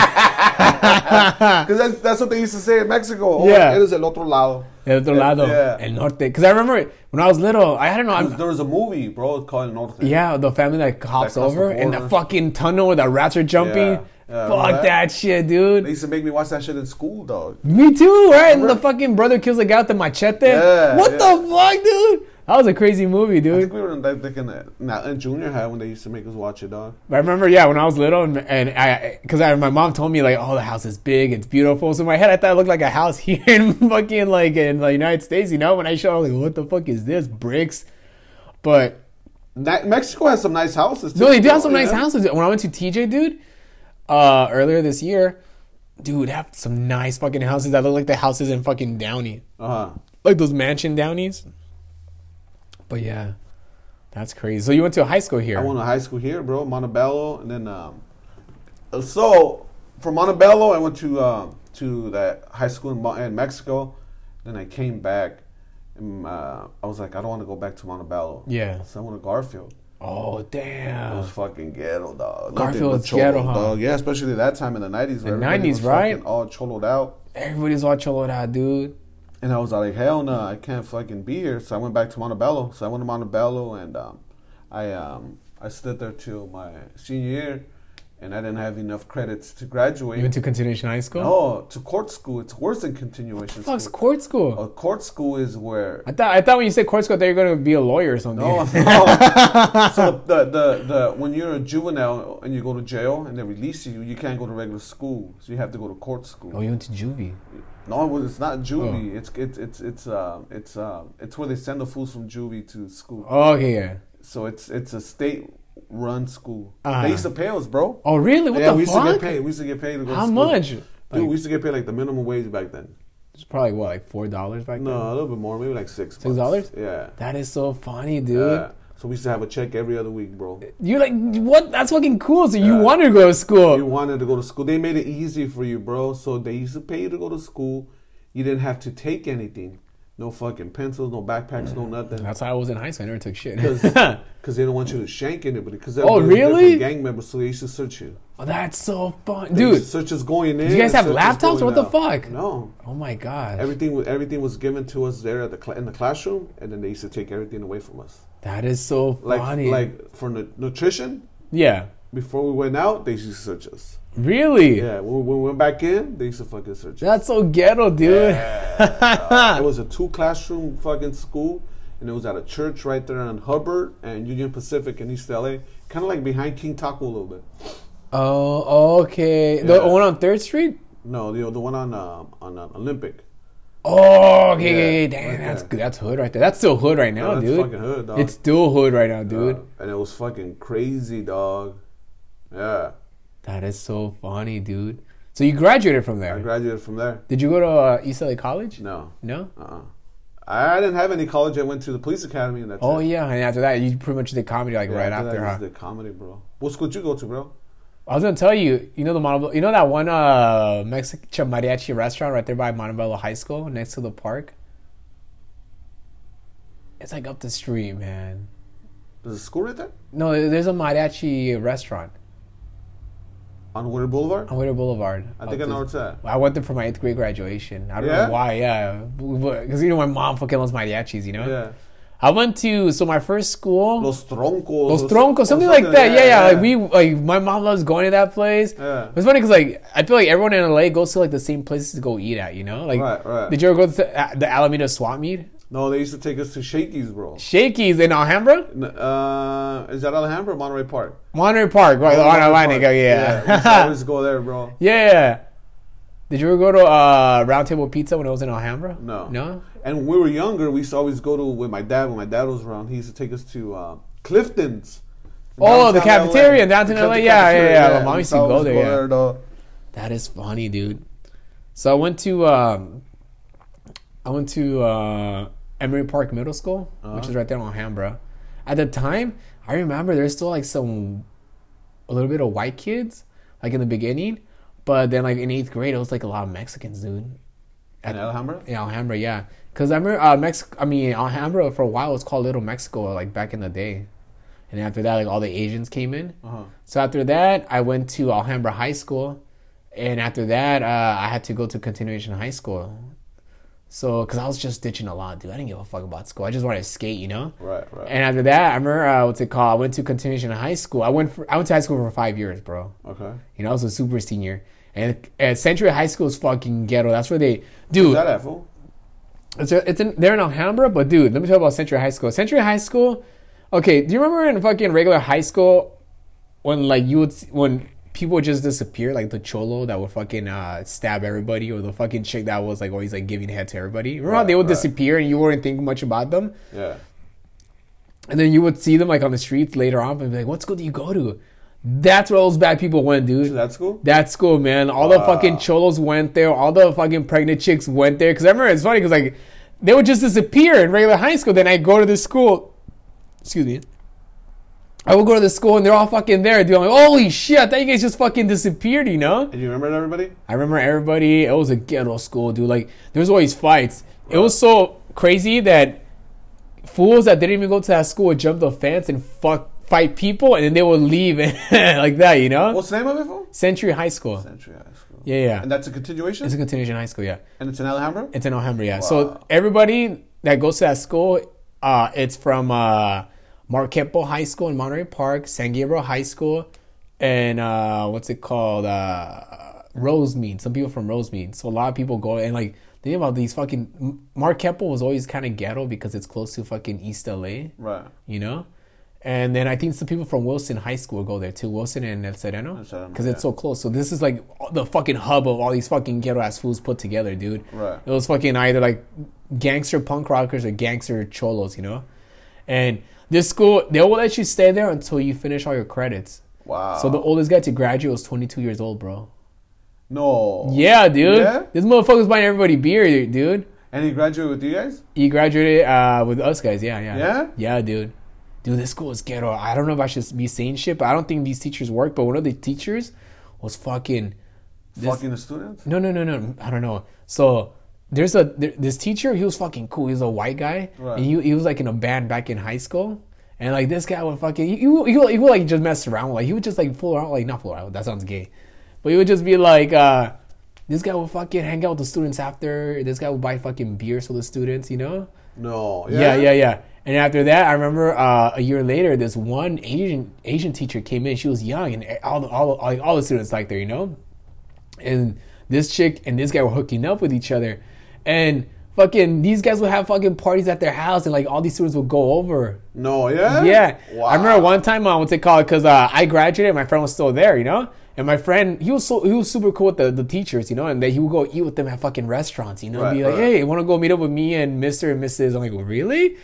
A: because that's, that's what they used to say in Mexico. Oh,
B: Yeah.
A: it is el otro lado.
B: el otro lado,
A: Yeah.
B: el norte. Because I remember when I was little, I don't know, I'm,
A: There was a movie, bro, called El Norte.
B: Yeah, the family that hops
A: That crossed the
B: over and the
A: border.
B: fucking tunnel where the rats are jumping.
A: Yeah, yeah, remember
B: Fuck
A: that?
B: that shit,
A: They
B: dude.
A: used to make me watch that shit in school, dog.
B: Me too, right? And the fucking brother kills the guy with the machete.
A: Yeah,
B: what
A: yeah.
B: the fuck, dude? That was a crazy movie,
A: I
B: dude.
A: think we were in, I think in, uh, nah, in junior high when they used to make us watch it, dog.
B: But I remember, yeah, when I was little, and, and I, because I, my mom told me like, oh, the house is big, it's beautiful. So in my head, I thought it looked like a house <laughs> here in fucking like in the United States, you know? When I showed, I was like, what the fuck is this, bricks? But
A: Na- Mexico has some nice houses. Too,
B: No, they do have some
A: Yeah.
B: nice houses. When I went to TJ, dude, uh, earlier this year, dude, they have some nice fucking houses that look like the houses in fucking Downey,
A: Uh-huh.
B: like those mansion Downies. But yeah, that's crazy. So you went to high school here?
A: I went to high school here, bro, Montebello, and then um, so from Montebello, I went to um, to that high school in, Mo- in Mexico. Then I came back. And, uh, I was like, I don't want to go back to Montebello.
B: Yeah.
A: So I went to Garfield.
B: oh
A: It
B: damn!
A: was fucking ghetto, dog.
B: Garfield
A: Nothing
B: is
A: but cholo,
B: ghetto, huh?
A: dog. Yeah, especially that time in the nineties. The
B: 90s, right?
A: All choloed out.
B: Everybody's all chilled out, dude.
A: And I was like, hell no, I can't fucking be here. So I went back to Montebello. So I went to Montebello and um, I um, I stood there till my senior year, and I didn't have enough credits to graduate.
B: You went to continuation high school?
A: no, to court school. It's worse than continuation
B: fuck's
A: school.
B: court school.
A: A court school is where.
B: I thought I thought when you said court school, that you're gonna be a lawyer or something.
A: No, no. so the, the, the when you're a juvenile and you go to jail and they release you, you can't go to regular school, so you have to go to court school.
B: Oh, you went to juvie.
A: No, it was- it's not juvie. It's it's it's it's um it's um it's where they send the fools from juvie to school.
B: Oh, okay, yeah.
A: So it's it's a state run school.
B: Uh-huh.
A: They used to pay us, bro.
B: Oh, really? What
A: yeah,
B: the
A: we used to
B: fuck?
A: get paid. We used to get paid to go
B: How
A: to school.
B: much?
A: Dude, we used to get paid like the minimum wage back then.
B: It's probably what, like four dollars back
A: No,
B: then.
A: a little bit more, maybe like six.
B: Six
A: bucks.
B: dollars?
A: Yeah.
B: That is so funny, dude.
A: Yeah. So we used to have a check every other week, bro.
B: You like what? That's fucking cool. So you
A: Yeah.
B: want to go to school?
A: You wanted to go to school. They made it easy for you, bro. So they used to pay you to go to school. You didn't have to take anything. no fucking pencils, no backpacks, no nothing.
B: That's how I was in high school. I never took
A: <laughs>
B: shit. <laughs>
A: Because they don't want you to shank anybody. Cause they're
B: Oh,
A: different
B: really?
A: Gang members, so they used to search you.
B: Oh, that's so fun,
A: They used
B: dude.
A: to search us going in.
B: you guys
A: and
B: have
A: search us
B: laptops?
A: going
B: What the
A: out.
B: fuck?
A: No,
B: Oh my god,
A: everything wa- everything was given to us there at the cla in the classroom, and then they used to take everything away from us.
B: that is so
A: Like
B: funny.
A: like for nu- nutrition,
B: yeah,
A: before we went out, they used to search us.
B: really?
A: Yeah, when when we went back in, they used to fucking search us.
B: That's so ghetto, dude.
A: It was a two classroom fucking school, and it was at a church right there on Hubbard and Union Pacific in East LA, kind of like behind King Taco a little bit.
B: Oh, okay. The
A: Yeah.
B: one on Third Street.
A: No, the the one on um, on uh, Olympic.
B: Oh, okay, okay, okay.
A: Yeah,
B: Damn,
A: right
B: that's
A: there.
B: good. That's hood right there. That's still hood right now,
A: that's
B: Oh, dude.
A: fucking hood, dog.
B: It's still hood right now, dude.
A: Uh, and it was fucking crazy, dog. Yeah,
B: That is so funny, dude. So you graduated from
A: I
B: there.
A: graduated from there.
B: Did you go to uh, East LA College?
A: No,
B: No?
A: uh, uh I didn't have any college. I went to the police academy, and that's
B: Oh
A: it.
B: yeah, and after that you pretty much did comedy like
A: Yeah,
B: right
A: after that,
B: after.
A: I
B: Huh?
A: just did comedy, bro. What school did you go to, bro?
B: I was gonna tell you, you know the Montebello, you know that one uh Mexican mariachi restaurant right there by Montebello High School next to the park. It's like up the street, man.
A: There's a school right there
B: No, there's a mariachi restaurant
A: on Winter Boulevard.
B: on Waiter Boulevard.
A: I think I know
B: Up the-
A: where it's at.
B: I went there for my eighth grade graduation. I don't
A: Yeah?
B: know why, yeah, because you know my mom fucking loves mariachis, you know.
A: Yeah,
B: I went to so my first school.
A: Los Troncos.
B: Los
A: or
B: Troncos,
A: or
B: something like that. Yeah, yeah. Like we, like my mom loves going to that place.
A: Yeah.
B: It's funny because like I feel like everyone in LA goes to like the same places to go eat at. You know, like
A: Right, right.
B: did you ever go to the, uh, the Alameda Swap Meet?
A: No, they used to take us to Shakey's, bro.
B: Shakey's in Alhambra,
A: N- Uh, is that Alhambra or Monterey Park?
B: Monterey Park, right? Oh,
A: Monterey
B: no, I
A: Park.
B: think, oh, <laughs>
A: yeah. we used to
B: yeah,
A: always go there, bro.
B: yeah. Did you ever go to uh, Round Table Pizza when I was in Alhambra?
A: No.
B: no.
A: And when we were younger, we used to always go to with my dad. When my dad was around, he used to take us to uh, Clifton's.
B: Oh, the
A: Downtown
B: cafeteria in downtown
A: The
B: LA.
A: Clifton
B: Yeah, yeah,
A: cafeteria,
B: yeah. My mom
A: We
B: used to go
A: always
B: there, yeah.
A: dog.
B: That is funny, dude. So I went to um, I went to uh, Emory Park Middle School, which is right there in Alhambra. At the time, I remember there's still like some a little bit of white kids, like in the beginning, but then like in eighth grade, it was like a lot of Mexicans, dude.
A: In Alhambra?
B: In Alhambra, yeah. Because I remember uh, Mex- I mean Alhambra for a while was called Little Mexico, like back in the day, and after that, like all the Asians came in.
A: Uh-huh.
B: So after that, I went to Alhambra High School, and after that, uh, I had to go to continuation high school. So, cause I was just ditching a lot, dude. I didn't give a fuck about school. I just wanted to skate, you know.
A: Right, right.
B: And after that, I remember uh, what's it called? I went to continuation high school. I went for, I went to high school for five years, bro.
A: okay.
B: You know, I was a super senior. And, and Century High School is fucking ghetto. That's where they, dude.
A: Is that at, fool?
B: It's, it's in, they're in Alhambra, but dude, let me tell you about Century High School. Century High School, okay, do you remember in fucking regular high school when like you would s- when people would just disappear, like the cholo that would fucking uh, stab everybody, or the fucking chick that was like always like giving head to everybody. Remember how
A: Right,
B: they would
A: right.
B: disappear and you weren't thinking much about them,
A: Yeah.
B: and then you would see them like on the streets later on and be like, "What school do you go to?" That's where all those bad people went, dude.
A: Is that school?
B: That school, man. All the fucking cholos went there. All the fucking pregnant chicks went there. Because I remember it's funny because like they would just disappear in regular high school. Then I go to this school. Excuse me. I would go to the school and they're all fucking there. Dude, I'm like, holy shit! I thought you guys just fucking disappeared. You know?
A: And you remember everybody?
B: I remember everybody. It was a ghetto school, dude. Like there was always fights. It was so crazy that fools that didn't even go to that school would jump the fence and fuck fight people, and then they would leave <laughs> like that. You know?
A: What's the name of it, fool?
B: Century High School.
A: Century High School.
B: Yeah, yeah.
A: And that's a continuation?
B: It's a continuation high school, yeah.
A: and it's in Alhambra?
B: It's in Alhambra, yeah. So everybody that goes to that school, uh, it's from uh, Marquepo High School in Monterey Park, San Gabriel High School, and uh, what's it called? Uh, Rosemead. Some people from Rosemead. So a lot of people go and like the thing about these fucking Marquepo was always kind of ghetto because it's close to fucking East LA,
A: right.
B: you know. And then I think some people from Wilson High School go there too, Wilson and El Sereno,
A: El Sereno,
B: because
A: yeah.
B: it's so close. So this is like the fucking hub of all these fucking ghetto ass fools put together, dude.
A: Right.
B: It was fucking either like gangster punk rockers or gangster cholos, you know. And this school, they will let you stay there until you finish all your credits.
A: Wow.
B: So the oldest guy to graduate was 22 years old, bro.
A: no.
B: Yeah, dude.
A: Yeah?
B: This motherfucker's buying everybody beer, dude.
A: And he graduated with you guys?
B: He graduated uh, with us guys. Yeah, yeah.
A: Yeah?
B: dude. Dude, this school is ghetto. I don't know if I should be saying shit, but I don't think these teachers work. But one of the teachers was fucking. This,
A: Fucking the students?
B: no, no, no, no. I don't know. So there's a there, this teacher. He was fucking cool. He was a white guy,
A: Right.
B: and he, he was like in a band back in high school. And like this guy would fucking he, he, would- he, would- he would like just mess around. Like he would just like fool around. Like not fool around. That sounds gay, but he would just be like, uh, this guy would fucking hang out with the students after. This guy would buy fucking beers for the students. You know.
A: No.
B: Yeah, yeah, yeah. And after that, I remember uh, a year later, this one Asian Asian teacher came in. She was young, and all the, all all, all the students liked her, you know. And this chick and this guy were hooking up with each other, and fucking these guys would have fucking parties at their house, and like all these students would go over.
A: No. Yeah.
B: Yeah,
A: Wow.
B: I remember one time uh, what's it called? Because uh, I graduated, my friend was still there, you know. And my friend, he was so he was super cool with the, the teachers, you know, and then he would go eat with them at fucking restaurants, you know, and be
A: Right,
B: like,
A: right.
B: hey, want to go meet up with me and Mister and Mrs. I'm like, really?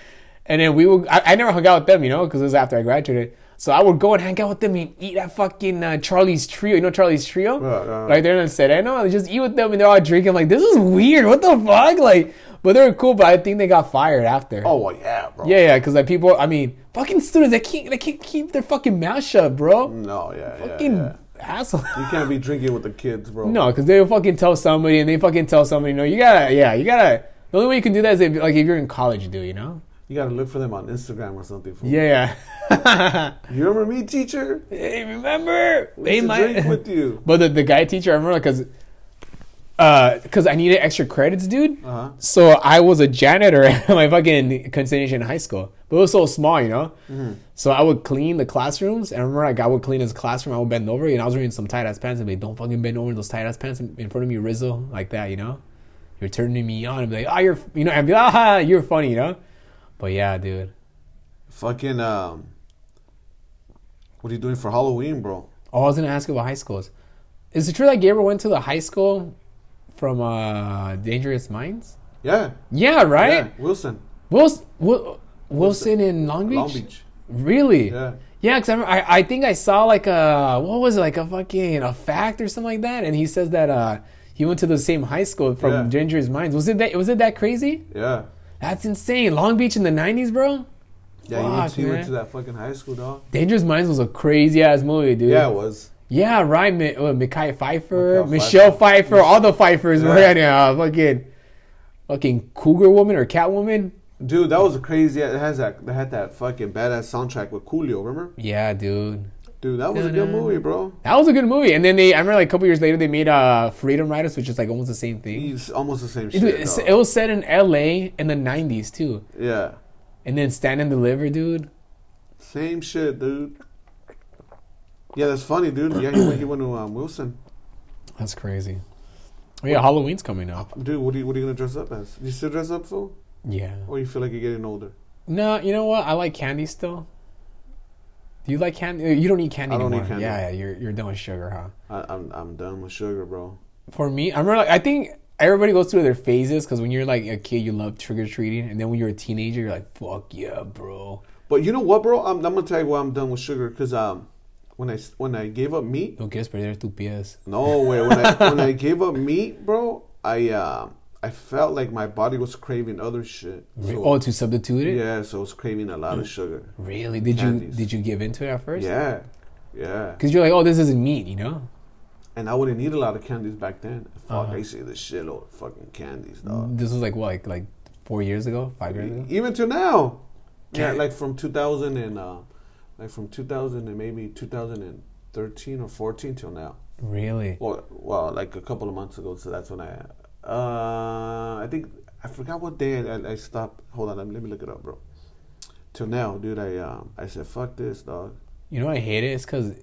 B: And then we would. I, I never hung out with them, you know, because it was after I graduated. So I would go and hang out with them and eat at fucking uh, Charlie's Trio. You know Charlie's Trio?
A: Right, right, right.
B: Like they're in Sereno. They just eat with them and they're all drinking. I'm like, this is weird. What the fuck? Like, but they were cool. But I think they got fired after.
A: Oh well, yeah, bro.
B: Yeah, yeah, because like people, I mean, fucking students, they can't, they can't keep their fucking mouth shut, bro.
A: No. Yeah.
B: Fucking
A: yeah,
B: asshole. <laughs>
A: yeah. You can't be drinking with the kids, bro.
B: No, because they fucking tell somebody, and they fucking tell somebody, no, you gotta, yeah, you gotta. The only way you can do that is if, like, if you're in college, you do, you know?
A: You gotta look for them on Instagram or something. Fool.
B: Yeah, yeah.
A: You remember me, teacher?
B: <laughs> hey, remember?
A: I
B: They
A: used to
B: might.
A: drink with you.
B: But the, the guy teacher, I remember, because, uh, because I needed extra credits, dude.
A: Uh-huh.
B: So I was a janitor <laughs> at my fucking continuation high school, but it was so small, you know. So I would clean the classrooms, and I remember like I would clean his classroom. I would bend over, and I was wearing some tight ass pants, and be like, "Don't fucking bend over in those tight ass pants in in front of me, Rizzo, like that, you know." You're turning me on, and be like, "Ah, you're," you know, and be like, "Ah, you're funny," you know. But yeah, dude.
A: Fucking um. What are you doing for Halloween, bro?
B: Oh, I was gonna ask you about high schools. Is it true that Gabriel went to the high school from uh Dangerous Minds?
A: Yeah.
B: Yeah, right.
A: Yeah. Wilson.
B: Wilson, Wil- Wilson in Long Beach.
A: Long Beach.
B: Really?
A: Yeah.
B: Yeah, because I, remember- I I think I saw like a what was it like a fucking a fact or something like that, and he says that uh he went to the same high school from
A: Yeah.
B: Dangerous Minds. Was it that was it that crazy?
A: Yeah.
B: That's insane. Long Beach in the nineties, bro.
A: Yeah, you went,
B: Fuck,
A: to, you went
B: man.
A: to that fucking high school, dog.
B: Dangerous Minds was a crazy ass movie, dude.
A: Yeah, it was.
B: yeah, right. Mi- uh, Mikhail Pfeiffer,
A: Mikhail
B: Michelle Pfeiffer, all the Pfeiffers were
A: Yeah.
B: in it. Uh, fucking, fucking Cougar Woman or Catwoman.
A: Dude, that was a crazy. It has that. They had that fucking badass soundtrack with Coolio. Remember?
B: Yeah, dude.
A: Dude, that was a good
B: Da-da.
A: movie, bro.
B: That was a good movie. And then they, I remember like a couple years later, they made uh, Freedom Riders, which is like almost the same thing.
A: He's almost the same
B: It,
A: Mm, shit.
B: it's-
A: dog.
B: it was set in LA in the 90s too.
A: yeah,
B: And then Stand and Deliver, dude.
A: same shit, dude. Yeah, that's funny, dude. Yeah, he went, he went to um, Wilson.
B: That's crazy. Oh, yeah, Halloween's coming up.
A: Dude, what are you what are you gonna dress up as? You still dress up, fool?
B: Yeah.
A: Or you feel like you're getting older?
B: No, you know what? I like candy still. Do you like candy? You don't eat candy
A: I don't eat
B: anymore.
A: candy.
B: Yeah, yeah, you're, you're done with sugar, huh?
A: I, I'm I'm done with sugar, bro.
B: For me, I remember like, I think everybody goes through their phases because when you're like a kid, you love trick or treating. And then when you're a teenager, you're like, fuck yeah, bro.
A: But you know what, bro? I'm, I'm gonna tell you why I'm done with sugar. Cause um, when I s- when I gave up meat,
B: No quieres perder tu pies.
A: No way. When I when I gave up meat, bro, I uh, I felt like my body was craving other shit. So-
B: Oh, to substitute it?
A: yeah, so I was craving a lot of sugar.
B: Really? Did
A: Candies.
B: you did you give into it at first?
A: Yeah, yeah.
B: Because you're like, oh, this isn't meat, you know?
A: And I wouldn't eat a lot of candies back then. Fuck, I used to eat the shitload of fucking candies, dog.
B: This was like what, like like four years ago, five years ago.
A: Even to now, yeah,
B: Can-
A: like from 2000 and uh, like from 2000 and maybe 2013 or 14 till now.
B: Really?
A: Well, well, like a couple of months ago, so that's when I, uh, I think I forgot what day I, I stopped. Hold on, let me, let me look it up, bro. Till now, dude, I um, I said fuck this, dog.
B: You know what I hate it? It's because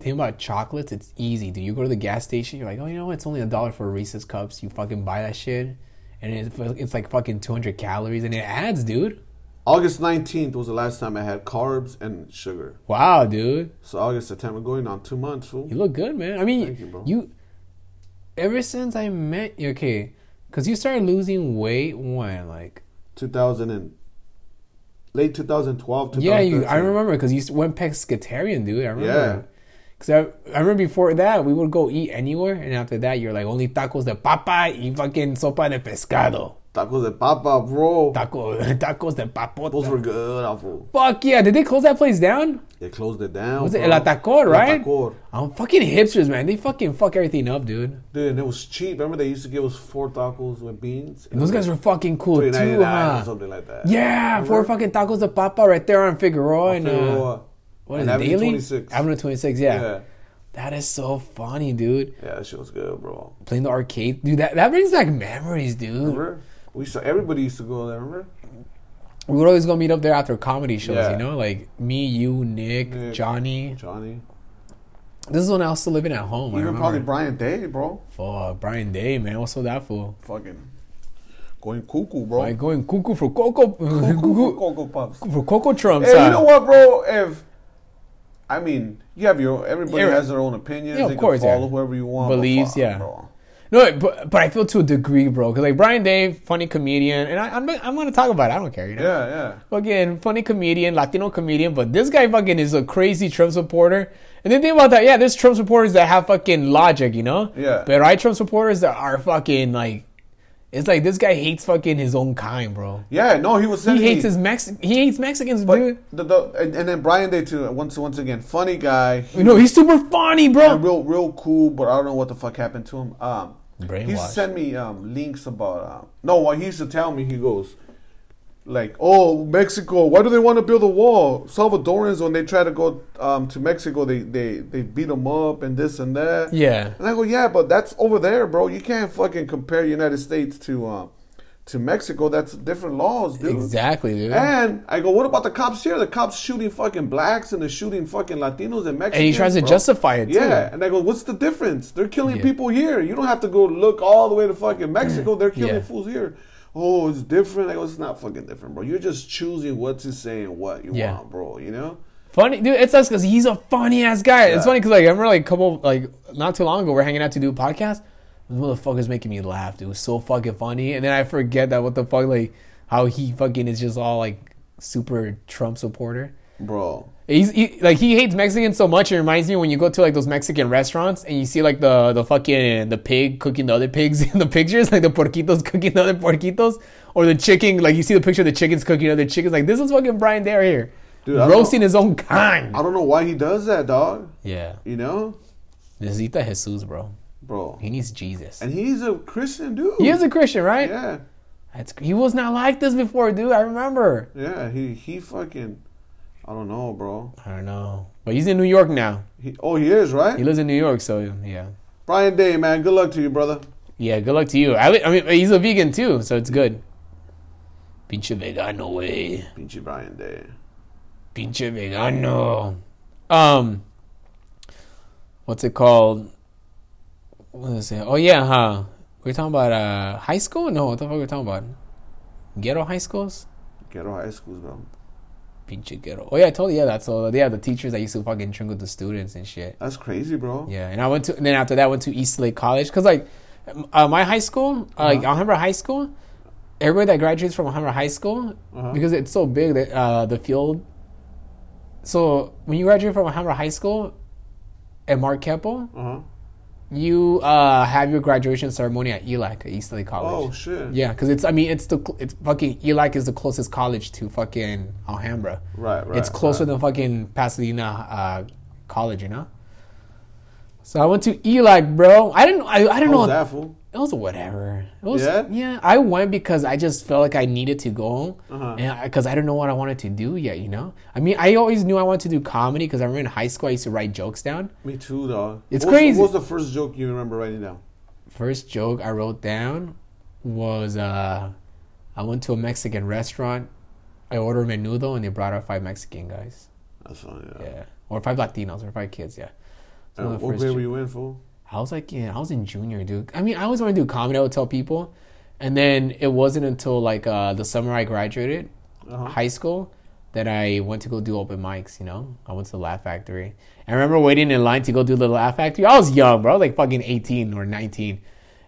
B: think about chocolates. It's easy. Do you go to the gas station? You're like, oh, you know what? It's only a dollar for Reese's cups. You fucking buy that shit, and it's, it's like fucking 200 calories, and it adds, dude.
A: August nineteenth was the last time I had carbs and sugar.
B: Wow, dude,
A: So August, September, going on two months, fool.
B: you look good, man. I mean,
A: Thank you, bro.
B: you. Ever since I met you, okay, because you started losing weight when like
A: Two thousand and late 2012,
B: Yeah, you, I
A: 2013.
B: remember because you s- went pescatarian, dude. I remember.
A: Yeah.
B: Cause I, I remember before that we would go eat anywhere, and after that you're like only tacos de papa y fucking sopa de pescado.
A: Tacos de papa, bro.
B: Taco, <laughs> tacos de
A: Those
B: papota.
A: were good, awful.
B: Fuck yeah! Did they close that place down?
A: They closed it down.
B: Was it
A: bro.
B: El Atacor,
A: El
B: right?
A: Atacor.
B: I'm fucking hipsters, man. They fucking fuck everything up, dude.
A: Dude, and it was cheap. Remember they used to give us four tacos with beans?
B: And those guys were fucking cool
A: $3.99
B: too,
A: or
B: huh?
A: something like that.
B: Yeah, four fucking tacos de papa right there on Figueroa and uh,
A: Figueroa.
B: what is
A: And
B: it,
A: Avenue
B: Daly?
A: 26.
B: Avenue 26, yeah.
A: Yeah.
B: That is so funny, dude.
A: Yeah, that shit was good, bro.
B: Playing the arcade, dude. That that brings back memories, dude.
A: Remember? We used to, everybody used to go there, remember?
B: We would always go meet up there after comedy shows,
A: Yeah.
B: you know, like me, you, Nick,
A: Nick.
B: Johnny.
A: Johnny.
B: This is when I was still living at home. I
A: Even
B: remember.
A: probably Brian Day, bro.
B: Fuck, Brian Day, man. What's up with that fool?
A: Fucking going cuckoo, bro.
B: Like going cuckoo for <laughs> coco,
A: cuckoo for
B: cuckoo
A: Cocoa Puffs.
B: for coco trumps.
A: Hey,
B: huh?
A: you know what, bro? If I mean, you have your everybody
B: Yeah.
A: has their own opinions.
B: Yeah, of
A: they
B: course,
A: Can follow
B: yeah.
A: whoever you want. but
B: Beliefs,
A: fuck,
B: yeah.
A: Bro.
B: No, but, but I feel to a degree, bro. Because like Brian Day, funny comedian, and I, I'm I'm gonna talk about it. I don't care, you know.
A: Yeah, yeah.
B: Fucking funny comedian, Latino comedian, but this guy fucking is a crazy Trump supporter. And then think about that. Yeah, there's Trump supporters that have fucking logic, you know.
A: Yeah.
B: But right, Trump supporters that are fucking like, it's like this guy hates fucking his own kind, bro.
A: Yeah, no, he was
B: He
A: sending me-
B: hates his Mex. He hates Mexicans, dude.
A: but the, the, and, and then Brian Day too. Once once again, funny guy. He
B: You know, he's super funny,
A: was
B: bro.
A: real real cool, but I don't know what the fuck happened to him. Um, he
B: Brainwashed.
A: sent me um, links about um, no. What he used to tell me, he goes like, "Oh, Mexico, why do they want to build a wall? Salvadorans when they try to go um, to Mexico, they they they beat them up and this and that."
B: Yeah.
A: And I go, yeah, but that's over there, bro. You can't fucking compare United States to um, to Mexico. That's different laws, dude.
B: Exactly, dude.
A: And I go, what about the cops here? The cops shooting fucking blacks and they're shooting fucking Latinos and Mexicans.
B: And he tries to
A: bro.
B: justify it too.
A: Yeah, and I go, what's the difference? They're killing
B: Yeah. Mm.
A: people here. You don't have to go look all the way to fucking Mexico. They're killing
B: Yeah.
A: fools here. Oh, it's different. I go, it's not fucking different, bro. You're just choosing what to say and what you
B: Yeah.
A: want, bro. You know?
B: Funny, dude. It's us because he's a funny ass guy.
A: Yeah.
B: It's funny because like I remember like a couple like not too long ago we're hanging out to do a podcast. This motherfucker's making me laugh. Dude, it was so fucking funny, and then I forget that what the fuck like how he fucking is just all like super Trump supporter.
A: Bro.
B: He's he, like he hates Mexicans so much. It reminds me when you go to like those Mexican restaurants and you see like the the fucking the pig cooking the other pigs <laughs> in the pictures, like the porquitos cooking the other porquitos, or the chicken. Like you see the picture of the chickens cooking other chickens. Like this is fucking Brian Dare here,
A: Dude, I don't
B: roasting his own kind.
A: I don't know why he does that, dog.
B: Yeah,
A: You know?
B: Necesita Jesus, bro.
A: Bro.
B: He needs Jesus.
A: And he's a Christian dude.
B: He is a Christian, right?
A: Yeah.
B: That's, he was not like this before, dude. I remember.
A: Yeah, he he fucking I don't know, bro.
B: I don't know, but he's in New York now.
A: He, oh, he is, right?
B: He lives in New York, so yeah,
A: Brian Day, man. Good luck to you, brother.
B: yeah. Good luck to you. I, li- I mean, he's a vegan too, so it's good. Pinche vegano, way.
A: Pinchy Brian Day.
B: Pinche vegano. Um, what's it called? What is it? Oh yeah, huh? We're talking about uh high school? No, what the fuck we are talking about? Ghetto high schools?
A: Ghetto high schools, bro.
B: Pinche ghetto. Oh yeah, I told you. Yeah, that's all. They have the teachers that used to fucking drink with the students and shit.
A: That's crazy, bro.
B: Yeah, and I went to. And then after that, I went to East Lake College because like, m- uh, my high school, uh,
A: Uh-huh.
B: like Alhambra High School, everybody that graduates from Alhambra High School,
A: Uh-huh.
B: because it's so big that uh, the field. So when you graduate from Alhambra High School, at Mark Keppel,
A: Uh huh.
B: you uh, have your graduation ceremony at E ELAC, at East Lake College.
A: Oh shit.
B: Yeah, because it's. I mean, it's the. cl- It's fucking E ELAC is the closest college to fucking Alhambra.
A: Right, right.
B: It's closer than fucking Pasadena uh, College, you know. So I went to ELAC, bro. I didn't. I, I
A: Right.
B: don't know.
A: Oh, that fool.
B: It was whatever. It was,
A: Yeah?
B: I went because I just felt like I needed to go,
A: Uh-huh.
B: and because I, didn't know what I wanted to do yet. You know. I mean, I always knew I wanted to do comedy because I remember in high school I used to write jokes down.
A: Me too, dog.
B: It's
A: What was-
B: crazy.
A: What was the first joke you remember writing down?
B: First joke I wrote down was uh, I went to a Mexican restaurant. I ordered menudo and they brought out five Mexican guys.
A: That's funny. Yeah.
B: Yeah. Or five Latinos or five kids, yeah. So
A: Uh,
B: the
A: what
B: first
A: grade
B: ju-
A: were you in, fool?
B: I was like, yeah, I was in junior, dude. I mean, I always wanted to do comedy. I would tell people, and then it wasn't until like uh, the summer I graduated
A: Uh-huh.
B: high school that I went to go do open mics. You know, I went to the Laugh Factory. I remember waiting in line to go do the Laugh Factory. I was young, bro. I was like fucking eighteen or nineteen.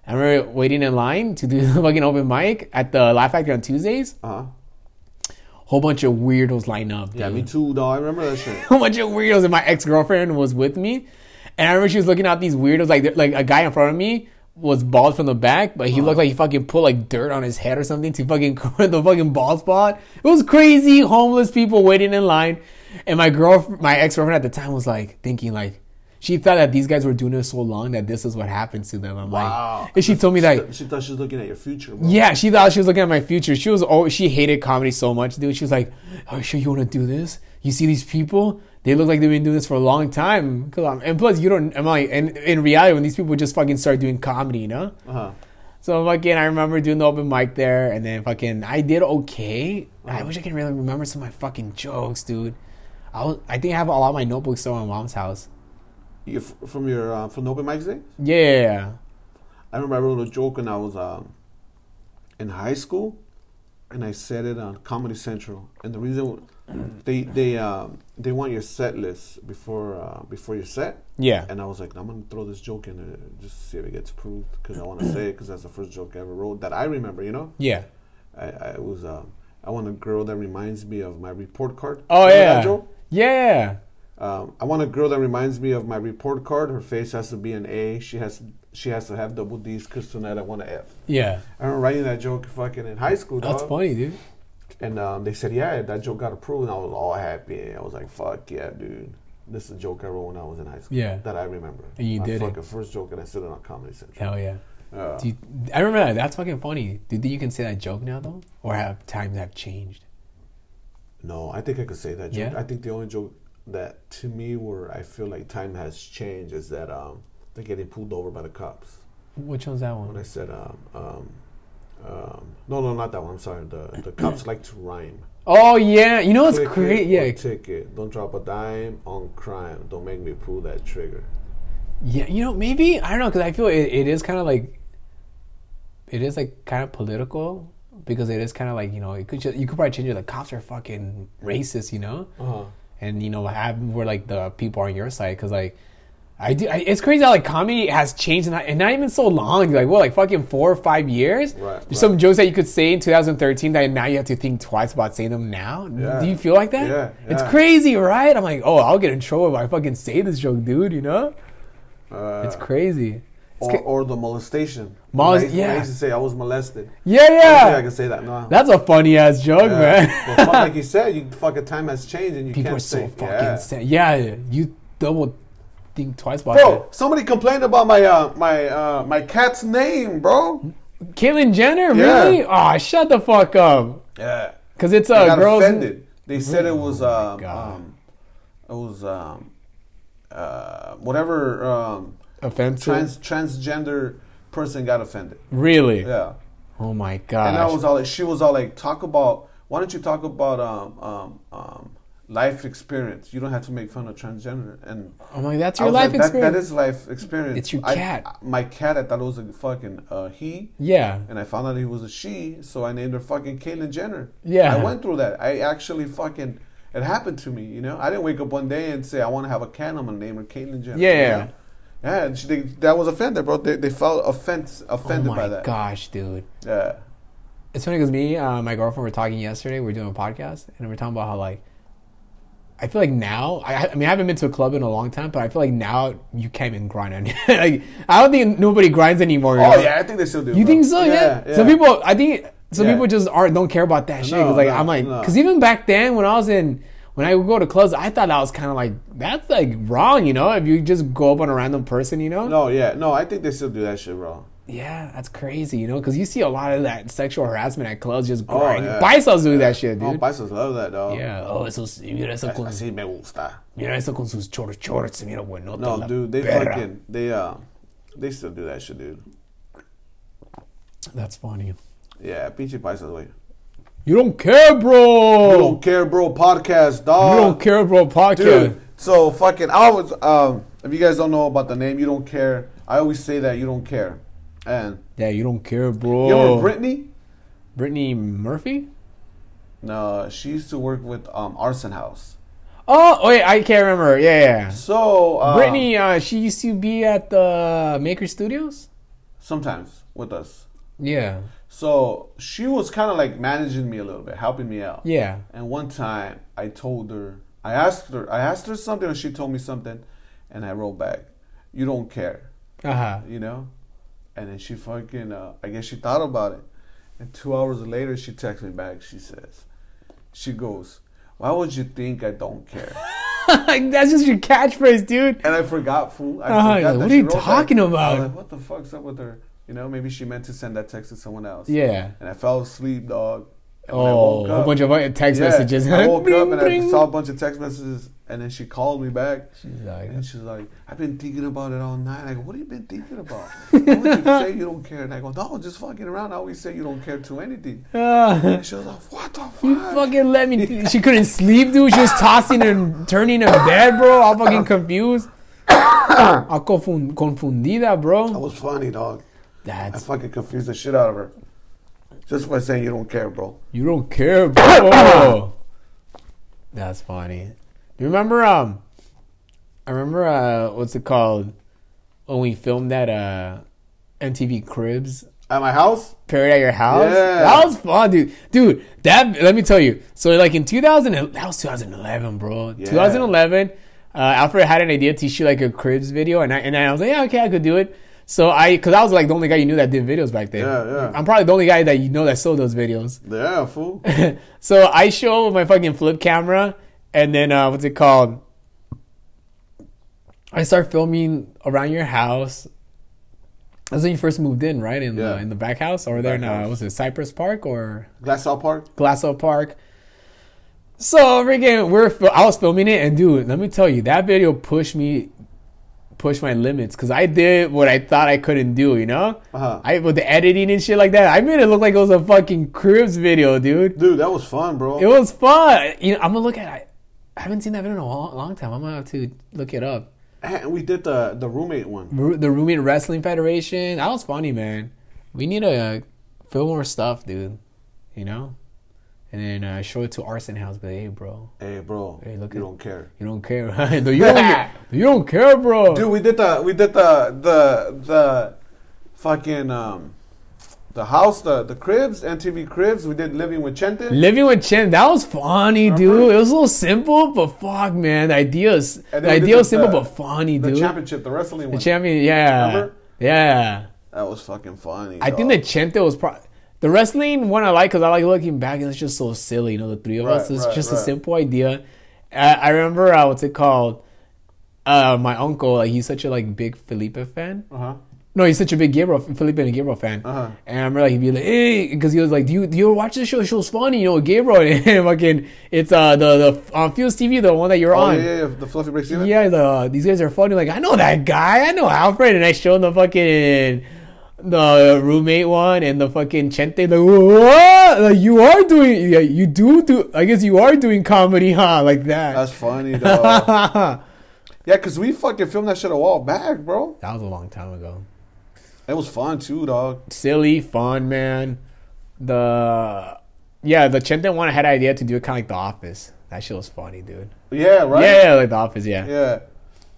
B: I remember waiting in line to do <laughs> the fucking open mic at the Laugh Factory on Tuesdays.
A: Uh huh.
B: Whole bunch of weirdos line up.
A: Yeah,
B: dude
A: me too, dog. I remember that shit.
B: <laughs> a bunch of weirdos, and my ex girlfriend was with me. And I remember she was looking at these weirdos, like like a guy in front of me was bald from the back, but he looked like he fucking put like dirt on his head or something to fucking <laughs> cover the fucking bald spot. It was crazy. Homeless people waiting in line, and my girl, my ex girlfriend at the time was like thinking like. She thought that these guys were doing it so long that this is what happened to them. I'm
A: Wow.
B: like, and she told me like,
A: She thought she was looking at your future, bro.
B: yeah, she thought she was looking at my future. She was oh, she hated comedy so much, dude. She was like, "Are you sure you want to do this? You see these people? They look like they've been doing this for a long time." 'Cause I'm- and plus, you don't. I'm like, and in reality, when these people just fucking start doing comedy, you know.
A: Uh-huh.
B: So fucking, I remember doing the open mic there, and then fucking, I did okay. I wish I could really remember some of my fucking jokes, dude. I was, I think I have a lot of my notebooks still in my mom's house.
A: You, f- from your uh, from the open mic day?
B: Yeah, yeah, yeah.
A: I remember I wrote a joke when I was um, in high school, and I said it on Comedy Central. And the reason <clears throat> they they um, they want your set list before uh, before your set,
B: yeah.
A: and I was like, I'm gonna throw this joke in there just to see if it gets approved because I want to say it because that's the first joke I ever wrote that I remember. You know,
B: yeah.
A: I, I it was um, I want a girl that reminds me of my report card.
B: Oh
A: Remember that
B: yeah.
A: joke?
B: yeah,
A: Um, I want a girl that reminds me of my report card. Her face has to be an A. She has she has to have double D's because tonight I want an F.
B: yeah.
A: I remember writing that joke fucking in high school.
B: That's
A: dog.
B: funny, dude.
A: And um, they said, yeah, that joke got approved. And I was all happy. I was like, fuck yeah, dude. This is a joke I wrote when I was in high school.
B: Yeah.
A: That I remember.
B: And you
A: my
B: did it.
A: fucking first joke, and I said it on Comedy Central.
B: Hell yeah.
A: Uh,
B: Do you, I remember that. That's fucking funny. Do you think you can say that joke now though, or have times have changed?
A: no, I think I could say that joke.
B: Yeah?
A: I think the only joke that to me where I feel like time has changed is that um, they're getting pulled over by the cops.
B: Which one's that
A: When
B: one?
A: I said, um, um, um, no, no, not that one. I'm sorry. The
B: <clears throat>
A: the cops like to rhyme.
B: Oh yeah, you know what's
A: Click
B: great?
A: it or
B: Yeah,
A: Ticket. Don't drop a dime on crime. Don't make me pull that trigger.
B: yeah. You know maybe I don't know because I feel it, it is kind of like it is like kind of political because it is kind of like you know it could just, you could probably change it. The cops are fucking racist, you know.
A: Uh-huh.
B: and you know what happened where like the people on your side because like I do I, it's crazy how like comedy has changed and not, and not even so long like what like fucking four or five years
A: Right,
B: there's
A: right.
B: some jokes that you could say in 2013 that now you have to think twice about saying them now
A: Yeah.
B: do you feel like that
A: Yeah,
B: it's
A: yeah.
B: crazy right I'm like oh I'll get in trouble if I fucking say this joke dude you know
A: Uh,
B: it's crazy It's
A: or,
B: ca-
A: or the molestation.
B: Molest-
A: I used, I
B: yeah.
A: used to say I was molested.
B: yeah
A: I don't think I
B: yeah
A: can say that now.
B: that's a funny ass joke
A: Yeah.
B: man
A: But fuck, like you said, you fucking time has changed and you
B: <laughs> people
A: can't
B: are so
A: say.
B: fucking
A: yeah.
B: sad. yeah you double think twice about
A: Bro, somebody complained about my uh, my uh, my cat's name, bro.
B: it Caitlyn Jenner
A: Yeah.
B: really Aw, shut the fuck up
A: Yeah.
B: Cause it's
A: I
B: uh,
A: got
B: girls. Mm-hmm. Oh
A: offended. They said it was um,
B: God.
A: um it was um uh whatever um
B: Offensive.
A: trans transgender person got offended.
B: really?
A: Yeah.
B: Oh my
A: And I
B: gosh.
A: was all like, she was all like, talk about, why don't you talk about um, um, um, life experience? You don't have to make fun of transgender. And
B: I'm like, that's
A: I
B: your
A: was like,
B: life
A: that-
B: experience.
A: that is life experience.
B: It's your
A: I-
B: cat.
A: I- my cat, I thought it was a fucking uh, he.
B: yeah.
A: And I found out he was a she, so I named her fucking Caitlyn Jenner.
B: Yeah.
A: I went through that. I actually fucking, it happened to me, you know? I didn't wake up one day and say, I want to have a cat. I'm going to name her Caitlyn Jenner.
B: Yeah,
A: you
B: yeah.
A: know? Yeah, and she, they, that was offended, bro. They, they felt offense,
B: Oh
A: offended
B: my
A: by that.
B: gosh, dude.
A: Yeah.
B: It's funny because me, uh, my girlfriend, were talking yesterday. We were doing a podcast, and we were talking about how like, I feel like now. I, I mean, I haven't been to a club in a long time, but I feel like now you can't even grind. on- <laughs> like, I don't think nobody grinds anymore. you
A: Oh
B: know?
A: yeah, I think they still do.
B: You
A: bro.
B: think so? Yeah. Some
A: yeah.
B: people, I think some
A: Yeah.
B: people just aren't don't care about that shit. Cause
A: No,
B: like
A: no,
B: I'm like,
A: no.
B: cause even back then when I was in, when I would go to clubs, I thought I was kind of like that's like wrong, you know? If you just go up on a random person, you know?
A: No, yeah, no, I think they still do that shit, bro.
B: Yeah, that's crazy, you know? Cause you see a lot of that sexual harassment at clubs, just grinding.
A: Oh, yeah.
B: Biceps do that shit,
A: Oh,
B: dude.
A: Bisons love that, dog.
B: yeah. Oh, eso mira eso con
A: Así me gusta.
B: mira eso con sus chorros chorros, mira buenota
A: No,
B: la
A: dude, they
B: perra.
A: fucking they uh they still do that shit, dude.
B: That's funny.
A: Yeah, peachy Bisons way.
B: You don't care, bro.
A: You don't care, bro. Podcast,
B: Oh.
A: dog.
B: You don't care, bro. Podcast.
A: dude. So fucking, I was. Um, if you guys don't know about the name, you don't care. I always say that you don't care. And
B: Yeah, you don't care, bro.
A: you remember Brittany?
B: Brittany Murphy?
A: No, she used to work with um Arson House.
B: Oh, wait, I can't remember. Yeah, yeah.
A: So um,
B: Brittany, uh, she used to be at the Maker Studios.
A: sometimes with us.
B: Yeah,
A: So she was kind of like managing me a little bit, helping me out.
B: yeah,
A: And one time I told her, I asked her, I asked her something, and she told me something, and I wrote back, "You don't care,"
B: uh huh.
A: you know. And then she fucking, uh, I guess she thought about it. And two hours later, she texts me back. She says, she goes, why would you think I don't
B: <laughs>
A: care?
B: <laughs> That's just your catchphrase, dude.
A: And I forgot, fool. I
B: Uh-huh,
A: forgot
B: like,
A: that
B: what are
A: she
B: you
A: wrote that.
B: talking
A: I was
B: about?
A: like, what the fuck's up with her? You know, maybe she meant to send that text to someone else.
B: Yeah.
A: And I fell asleep, dog. And when I
B: Oh,
A: woke
B: a
A: up-
B: bunch of uh, text
A: Yeah,
B: messages.
A: I woke up and I
B: <laughs> Bing,
A: saw a bunch of text messages, and then she called me back.
B: bing. She's like,
A: And she's like, I've been thinking about it all night. Like, what have you been thinking about? Why would you say you don't care? And I go, no, just fucking around. I always say you don't care to anything.
B: "Ah,
A: And she was like, what the fuck?
B: you <laughs> fucking let me. She couldn't sleep, dude. She was tossing and turning in bed, bro. All fucking <coughs> confused. All confun- confundida,
A: That
B: bro.
A: was funny, dog. I
B: That's
A: fucking confused the shit out of her. Just by saying you don't care, bro.
B: You don't care, bro. <coughs> That's funny. Do you remember um I remember uh what's it called when we filmed that uh MTV Cribs
A: At my house?
B: parody at your house?
A: Yeah.
B: That was fun, dude. Dude, that let me tell you. So like in 2000 and- that was 2011, bro. 2011 uh, Alfred had an idea to shoot like a Cribs video and I and I was like, yeah, okay, I could do it. So I cuz I was like the only guy you knew that did videos back then.
A: Yeah, yeah.
B: I'm probably the only guy that you know that sold those videos
A: Yeah, fool.
B: <laughs> so I show up with my fucking flip camera, and then uh, what's it called? I start filming around your house. That's when you first moved in, right? In the
A: Yeah.
B: in the back house over there in
A: Back
B: uh,
A: house.
B: was it Cypress Park or
A: Glassell Park?
B: Glassell Park? So freaking, we're fil- I was filming it, and dude, let me tell you, that video pushed me, pushed my limits because I did what I thought I couldn't do, you know.
A: Uh-huh.
B: I with the editing and shit like that, I made it look like it was a fucking cribs video, dude.
A: Dude, that was fun, bro.
B: It was fun. You know, I'm gonna look at. it. I haven't seen that video in a long, long time. I'm gonna have to look it up.
A: and we did the, the roommate one.
B: Ru- The Roommate Wrestling Federation. That was funny, man. We need to uh, film more stuff, dude. You know, and then uh, show it to Arson House. Be like, hey, bro,
A: Hey, bro.
B: Hey, look
A: you
B: at-
A: don't care.
B: you don't care. <laughs> right? you don't. You don't care, bro.
A: Dude, we did the we did the the the fucking um the house, the the cribs, MTV cribs. We did living with Chenton.
B: Living with Chen, that was funny, dude. It was a little simple, but fuck, man. The idea is
A: And then
B: the
A: we did
B: idea was
A: the-
B: simple, but funny,
A: The
B: dude.
A: championship, the wrestling
B: The
A: one.
B: champion, yeah,
A: Remember?
B: yeah.
A: that was fucking funny.
B: I think
A: dog.
B: the Chente was probably the wrestling one I like because I like looking back and it's just so silly. You know, the three of
A: Right,
B: us. It's
A: right,
B: just a
A: right.
B: simple idea. I, I remember uh, what's it called? Uh, my uncle, like he's such a like big Felipe fan.
A: Uh-huh.
B: No, he's such a big Gabriel Felipe and Gabriel fan.
A: Uh-huh.
B: And I remember like he'd be like, "Hey," because he was like, "Do you do you ever watch this show? This show's funny, you know, Gabriel." And <laughs> fucking, it's uh the the on Fuse TV, the one that you're
A: Oh
B: on.
A: yeah, yeah, the fluffy breaks even.
B: Yeah, the, uh, these guys are funny. Like, I know that guy. I know Alfred. And I show him the fucking the roommate one and the fucking Chente. Like, what? Like, you are doing. Yeah, you do do. I guess you are doing comedy, huh? Like that.
A: That's
B: <laughs>
A: funny though. yeah, cause we fucking filmed that shit a while back, bro.
B: that was a long time ago.
A: It was fun too, dog.
B: Silly, fun, man. The yeah, the Chente one I had an idea to do it kind of like The Office. That shit was funny, dude.
A: Yeah, right.
B: Yeah, like The Office. Yeah,
A: Yeah.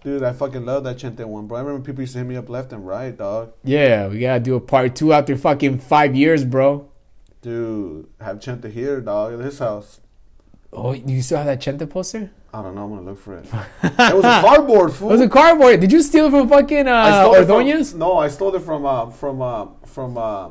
A: Dude, I fucking love that Chente one, bro. I remember people used to hit me up left and right, dog.
B: yeah. We gotta do a part two after fucking five years, bro.
A: Dude, have Chente here, dog, at his house.
B: Oh, you still have that Chente poster?
A: I don't know. I'm gonna look for it. it was
B: <laughs>
A: a cardboard fool.
B: It was a cardboard. Did you steal it from fucking
A: I
B: uh,
A: stole it from-
B: Ordonez?
A: no, I stole it from uh, from uh, from uh,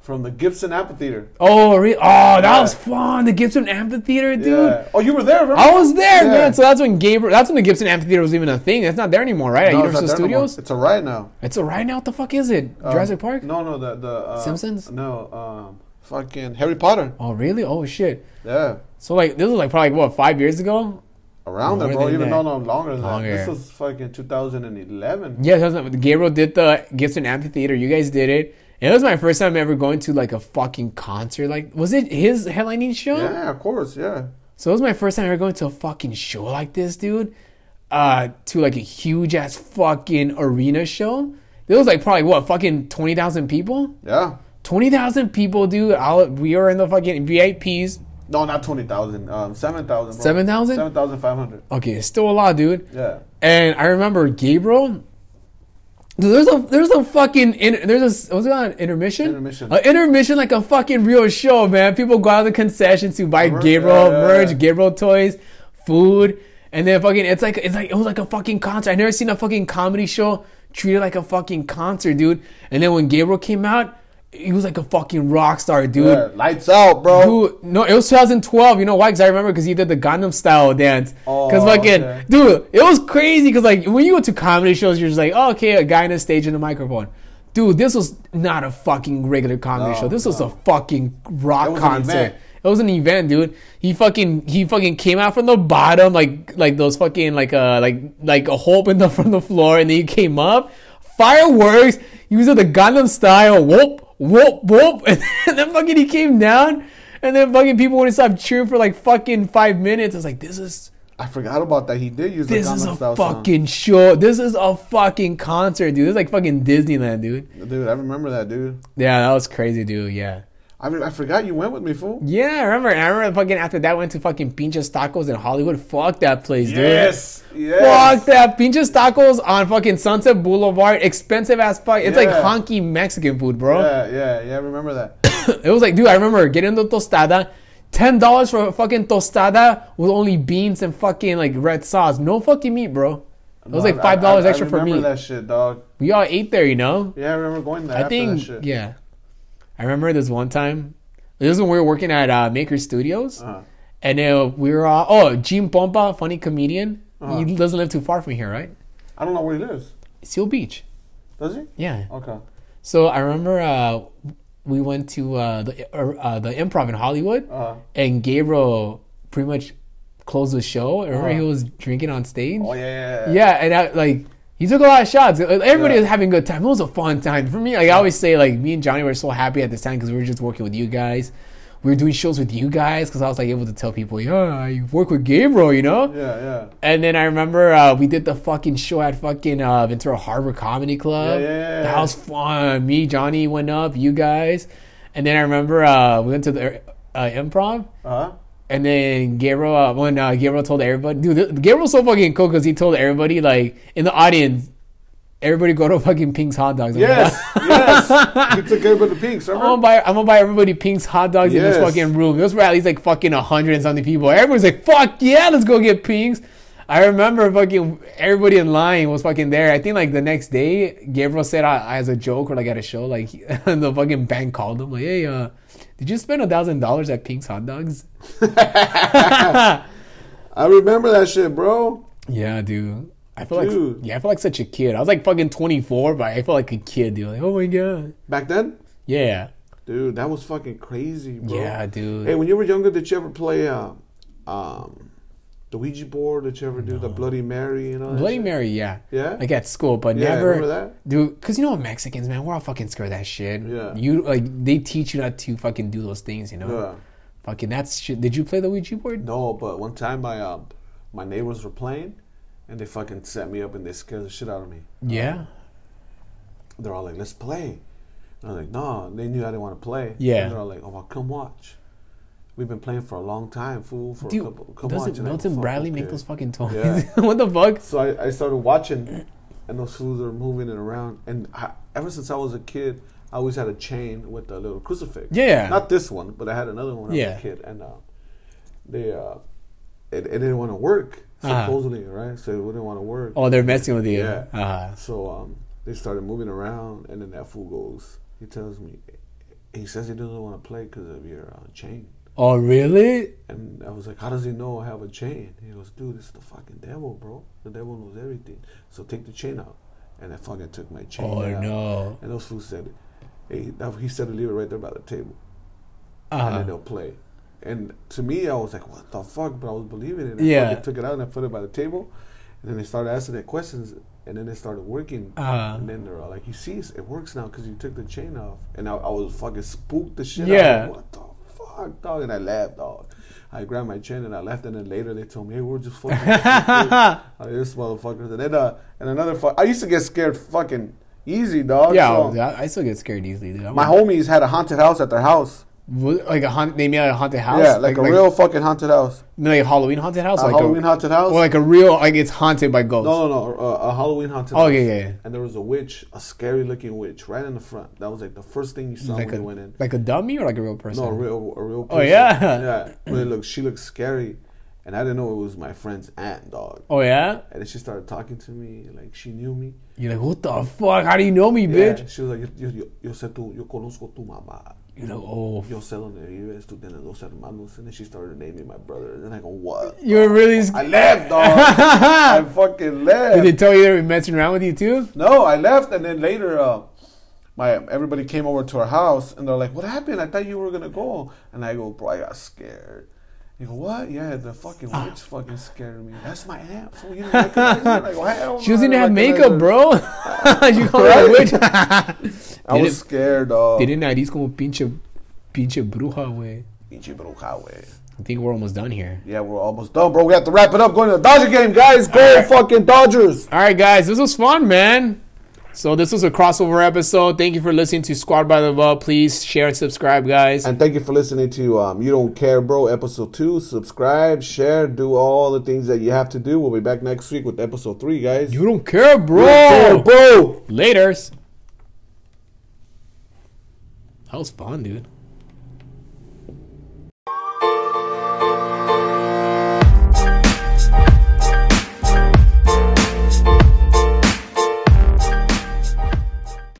A: from the Gibson Amphitheater,
B: Oh, re- oh, that
A: Yeah.
B: was fun. The Gibson Amphitheater, dude.
A: Yeah. Oh, you were there, remember?
B: I was there,
A: Yeah.
B: man. So that's when Gabriel. That's when the Gibson Amphitheater was even a thing. That's not there anymore, right?
A: No,
B: At
A: it's not
B: Universal
A: there no more.
B: Studios.
A: It's a ride now.
B: It's a right now. What the fuck is it?
A: Um,
B: Jurassic Park.
A: No, no, the the uh,
B: Simpsons?
A: No, um, fucking Harry Potter.
B: Oh, really? Oh shit.
A: Yeah,
B: So like this was like probably what five years ago.
A: around there,
B: More
A: bro.
B: than
A: Even
B: that.
A: no, no, longer than
B: Longer.
A: that. This was fucking 2011.
B: Yeah, that was- Gabriel did the Gibson Amphitheater. You guys did it. It was my first time ever going to like a fucking concert. Like, was it his headlining show?
A: Yeah, of course, yeah.
B: So it was my first time ever going to a fucking show like this, dude. Uh, to like a huge ass fucking arena show. There was like probably what fucking twenty thousand people.
A: Yeah.
B: Twenty thousand people, dude. All, we were in the fucking VIPs.
A: No, not 20,000. Um, 7,000.
B: 7,000?
A: 7,500.
B: Okay, it's still a lot, dude.
A: Yeah.
B: And I remember Gabriel. Dude, there's a there's a fucking in, there's a s- what's it called intermission
A: Intermission.
B: A intermission like a fucking real show man people go out of the concessions to buy
A: Merch,
B: Gabriel
A: yeah, yeah,
B: merch
A: yeah.
B: Gabriel toys food And then fucking, it's like it's like it was like a fucking concert. I never seen a fucking comedy show treated like a fucking concert, dude. And then when Gabriel came out, he was like a fucking rock star, dude.
A: Yeah, lights out, bro.
B: Dude, no, it was 2012. You know why? Because I remember because he did the Gangnam Style dance.
A: Oh,
B: Because fucking,
A: okay.
B: dude, it was crazy. Because like when you go to comedy shows, you're just like, oh, okay, a guy on a stage and a microphone. Dude, this was not a fucking regular comedy
A: No,
B: show. This was
A: no.
B: a fucking rock
A: It was an
B: concert.
A: event.
B: It was an event, dude. He fucking he fucking came out from the bottom, like like those fucking like uh like like a hole in the <laughs> from the floor, and then he came up, fireworks. He was at the Gundam style, whoop whoop whoop, <laughs> and then fucking he came down, and then fucking people wouldn't stop cheering for like fucking five minutes. I was like, this is
A: I forgot about that. He did use
B: this
A: the
B: is
A: Gangnam
B: a
A: Style song.
B: fucking show. This is a fucking concert, dude. This is like fucking Disneyland, dude.
A: dude. I remember that, dude.
B: Yeah, that was crazy, dude. Yeah.
A: I mean, I forgot you went with me, fool.
B: Yeah, I remember. I remember fucking after that went to fucking Pinches Tacos in Hollywood. Fuck that place, dude.
A: yes.
B: Fuck that Pinches Tacos on fucking Sunset Boulevard. Expensive as fuck. It's like
A: Yeah.
B: honky Mexican food, bro.
A: Yeah, yeah, yeah. I remember that.
B: <laughs> It was like, dude, I remember getting the tostada. Ten dollars for a fucking tostada with only beans and fucking like red sauce. No fucking meat, bro. It was like
A: I-
B: five dollars
A: I- I
B: extra for
A: remember
B: meat.
A: that shit, dog.
B: We all ate there, you know.
A: Yeah, I remember going there.
B: I
A: after that
B: think
A: shit.
B: yeah. I remember this one time. This is when we were working at uh, Maker Studios,
A: Uh-huh.
B: and uh, we were all oh Jim Pompa, funny comedian.
A: Uh-huh.
B: He doesn't live too far from here, right?
A: I don't know where he lives.
B: Seal Beach.
A: Does he?
B: Yeah.
A: Okay.
B: So I remember uh, we went to uh, the uh, uh, the Improv in Hollywood,
A: Uh,
B: and Gabriel pretty much closed the show. I remember he was drinking on stage.
A: Uh-huh. oh yeah, yeah, yeah.
B: Yeah, and I, like he took a lot of shots. Uh, Everybody
A: Yeah.
B: was having a good time. It was a fun time for me. Like I always say, like me and Johnny were so happy at this time because we were just working with you guys. We were doing shows with you guys because I was like able to tell people, yeah, I work with Gabriel, you know.
A: Yeah, yeah.
B: And then I remember uh, we did the fucking show at fucking uh, Ventura Harbor Comedy Club.
A: Yeah, yeah, yeah,
B: that
A: yeah.
B: was fun. Me, Johnny went up, you guys, and then I remember uh, we went to the uh, improv.
A: Uh-huh.
B: And then Gabriel, uh, when uh, Gabriel told everybody, dude, th- Gabriel's so fucking cool because he told everybody, like, in the audience, everybody go to fucking Pink's hot dogs. I'm gonna
A: Yes,
B: buy- <laughs>
A: yes. You took care of the pinks,
B: I'm gonna
A: remember?
B: buy, I'm gonna buy everybody Pink's hot dogs in this
A: Yes.
B: fucking room. Those were at least like fucking a hundred and something people. Everyone's like, fuck yeah, let's go get Pink's. I remember fucking everybody in line was fucking there. I think like the next day, Gabriel said uh, as a joke or like at a show, like <laughs> and the fucking bank called him like, hey, uh, did you spend a thousand dollars at Pink's hot dogs?
A: I remember that shit, bro.
B: Yeah, dude. I feel like
A: Dude.
B: yeah, I feel like such a kid. I was like fucking 24, but I felt like a kid, dude. Like, oh my god.
A: Back then,
B: Yeah.
A: dude, that was fucking crazy, bro.
B: Yeah, dude.
A: Hey, when you were younger, did you ever play uh, um, the Ouija board? Did you ever do the Bloody Mary? You know,
B: Bloody Mary, yeah.
A: Yeah?
B: Like at school, but
A: Yeah,
B: never
A: remember that?
B: dude, cause you know what Mexicans, man, we're all fucking scared of that shit.
A: Yeah.
B: You like they teach you not to fucking do those things, you know?
A: Yeah. Uh,
B: Fucking that's shit. Did you play the Ouija board?
A: No, but one time my uh, my neighbors were playing, and they fucking set me up and they scared the shit out of me.
B: Yeah.
A: They're all like, "Let's play," and I'm like, "No." They knew I didn't want to play.
B: Yeah.
A: And they're all like, "Oh, well, come watch. We've been playing for a long time, fool. For
B: Dude,
A: a couple, come watch." And
B: doesn't
A: I go,
B: Milton
A: "Fuck,
B: Bradley make
A: okay."
B: those fucking toys?
A: Yeah.
B: <laughs> what the fuck?
A: So I, I started watching, and those fools are moving it around. And I, ever since I was a kid, I always had a chain with a little crucifix.
B: Yeah.
A: Not this one, but I had another one when I
B: Yeah.
A: was a kid, and uh, they uh, it, it didn't want to work
B: Uh-huh.
A: supposedly, right? So it wouldn't want to work.
B: Oh, they're messing with you.
A: Yeah.
B: Uh,
A: So um, they started moving around, and then that fool goes. He tells me, he says he doesn't want to play because of your uh, chain.
B: oh really?
A: And I was like, how does he know I have a chain? He goes, dude, it's the fucking devil, bro. The devil knows everything. So take the chain out. And I fucking took my chain
B: Oh
A: out.
B: no.
A: And those fools said, hey, that, he said to leave it right there by the table. And
B: Uh,
A: then they'll play. And to me, I was like, what the fuck? But I was believing it. I
B: Yeah.
A: fucking took it out and I put it by the table. And then they started asking that questions. And then they started working.
B: Uh-huh.
A: And then they're all like, you see, it works now because you took the chain off. And I, I was fucking spooked the shit
B: Yeah.
A: out. Like, what the fuck, dog? And I laughed, dog. I grabbed my chain and I left. And then later they told me, hey, we're just
B: <laughs>
A: fucking. like, this motherfucker. And then uh, and another fuck. I used to get scared fucking easy, dog.
B: Yeah,
A: So
B: I, I still get scared easily, dude. I'm
A: my homies had a haunted house at their house.
B: Wa- like a haunt, they made a haunted house.
A: Yeah, like, a real fucking haunted house.
B: like a Halloween haunted house.
A: A
B: like
A: Halloween
B: a,
A: haunted house?
B: or like a real like it's haunted by ghosts.
A: no, no, no. A, a Halloween haunted
B: Oh,
A: house.
B: yeah, yeah, yeah.
A: And there was a witch, a scary looking witch, right in the front. That was like the first thing you saw
B: like
A: when
B: a
A: you went in.
B: like a dummy or like a real person.
A: No, a real, a real person.
B: Oh, yeah.
A: Yeah. But it looks, she looks scary. and I didn't know it was my friend's aunt, dog.
B: Oh yeah.
A: And then she started talking to me, like she knew me.
B: You're like, what the fuck? How do you know me, bitch?
A: Yeah, She was like, yo, yo, yo sé tu, yo conozco tu mamá.
B: You're like, oh.
A: Yo sé donde vives, tú tienes dos hermanos. And then she started naming my brother. And then I go, what?
B: You were really. Sc-
A: I left,
B: <laughs>
A: dog. I fucking left.
B: Did they tell you they were messing around with you too?
A: No, I left, and then later, uh, my everybody came over to our house, and they're like, "What happened? I thought you were gonna go." And I go, "Bro, I got scared." You go, "What? Yeah, the fucking
B: Ah.
A: witch fucking scared me. That's my aunt. Fool. You didn't recognize her?" Like, well, hell
B: She
A: no, I
B: doesn't
A: didn't
B: have
A: recognize
B: makeup,
A: her.
B: bro. <laughs> you call her a
A: <laughs>
B: witch?
A: I
B: Didn't-
A: was scared, dog.
B: Tienen nariz como pinche, pinche bruja, güey.
A: Pinche bruja, wey.
B: I think we're almost done here.
A: Yeah, we're almost done, bro. We have to wrap it up. Going to the Dodger game, guys. Go fucking Dodgers.
B: All right, guys, this was fun, man. So this was a crossover episode. Thank you for listening to Squad by the Ball. Please share and subscribe, guys.
A: And thank you for listening to um, You Don't Care, Bro, episode two. Subscribe, share, do all the things that you have to do. We'll be back next week with episode three, guys.
B: you don't care, bro.
A: Don't care, bro.
B: Later's. That was fun, dude.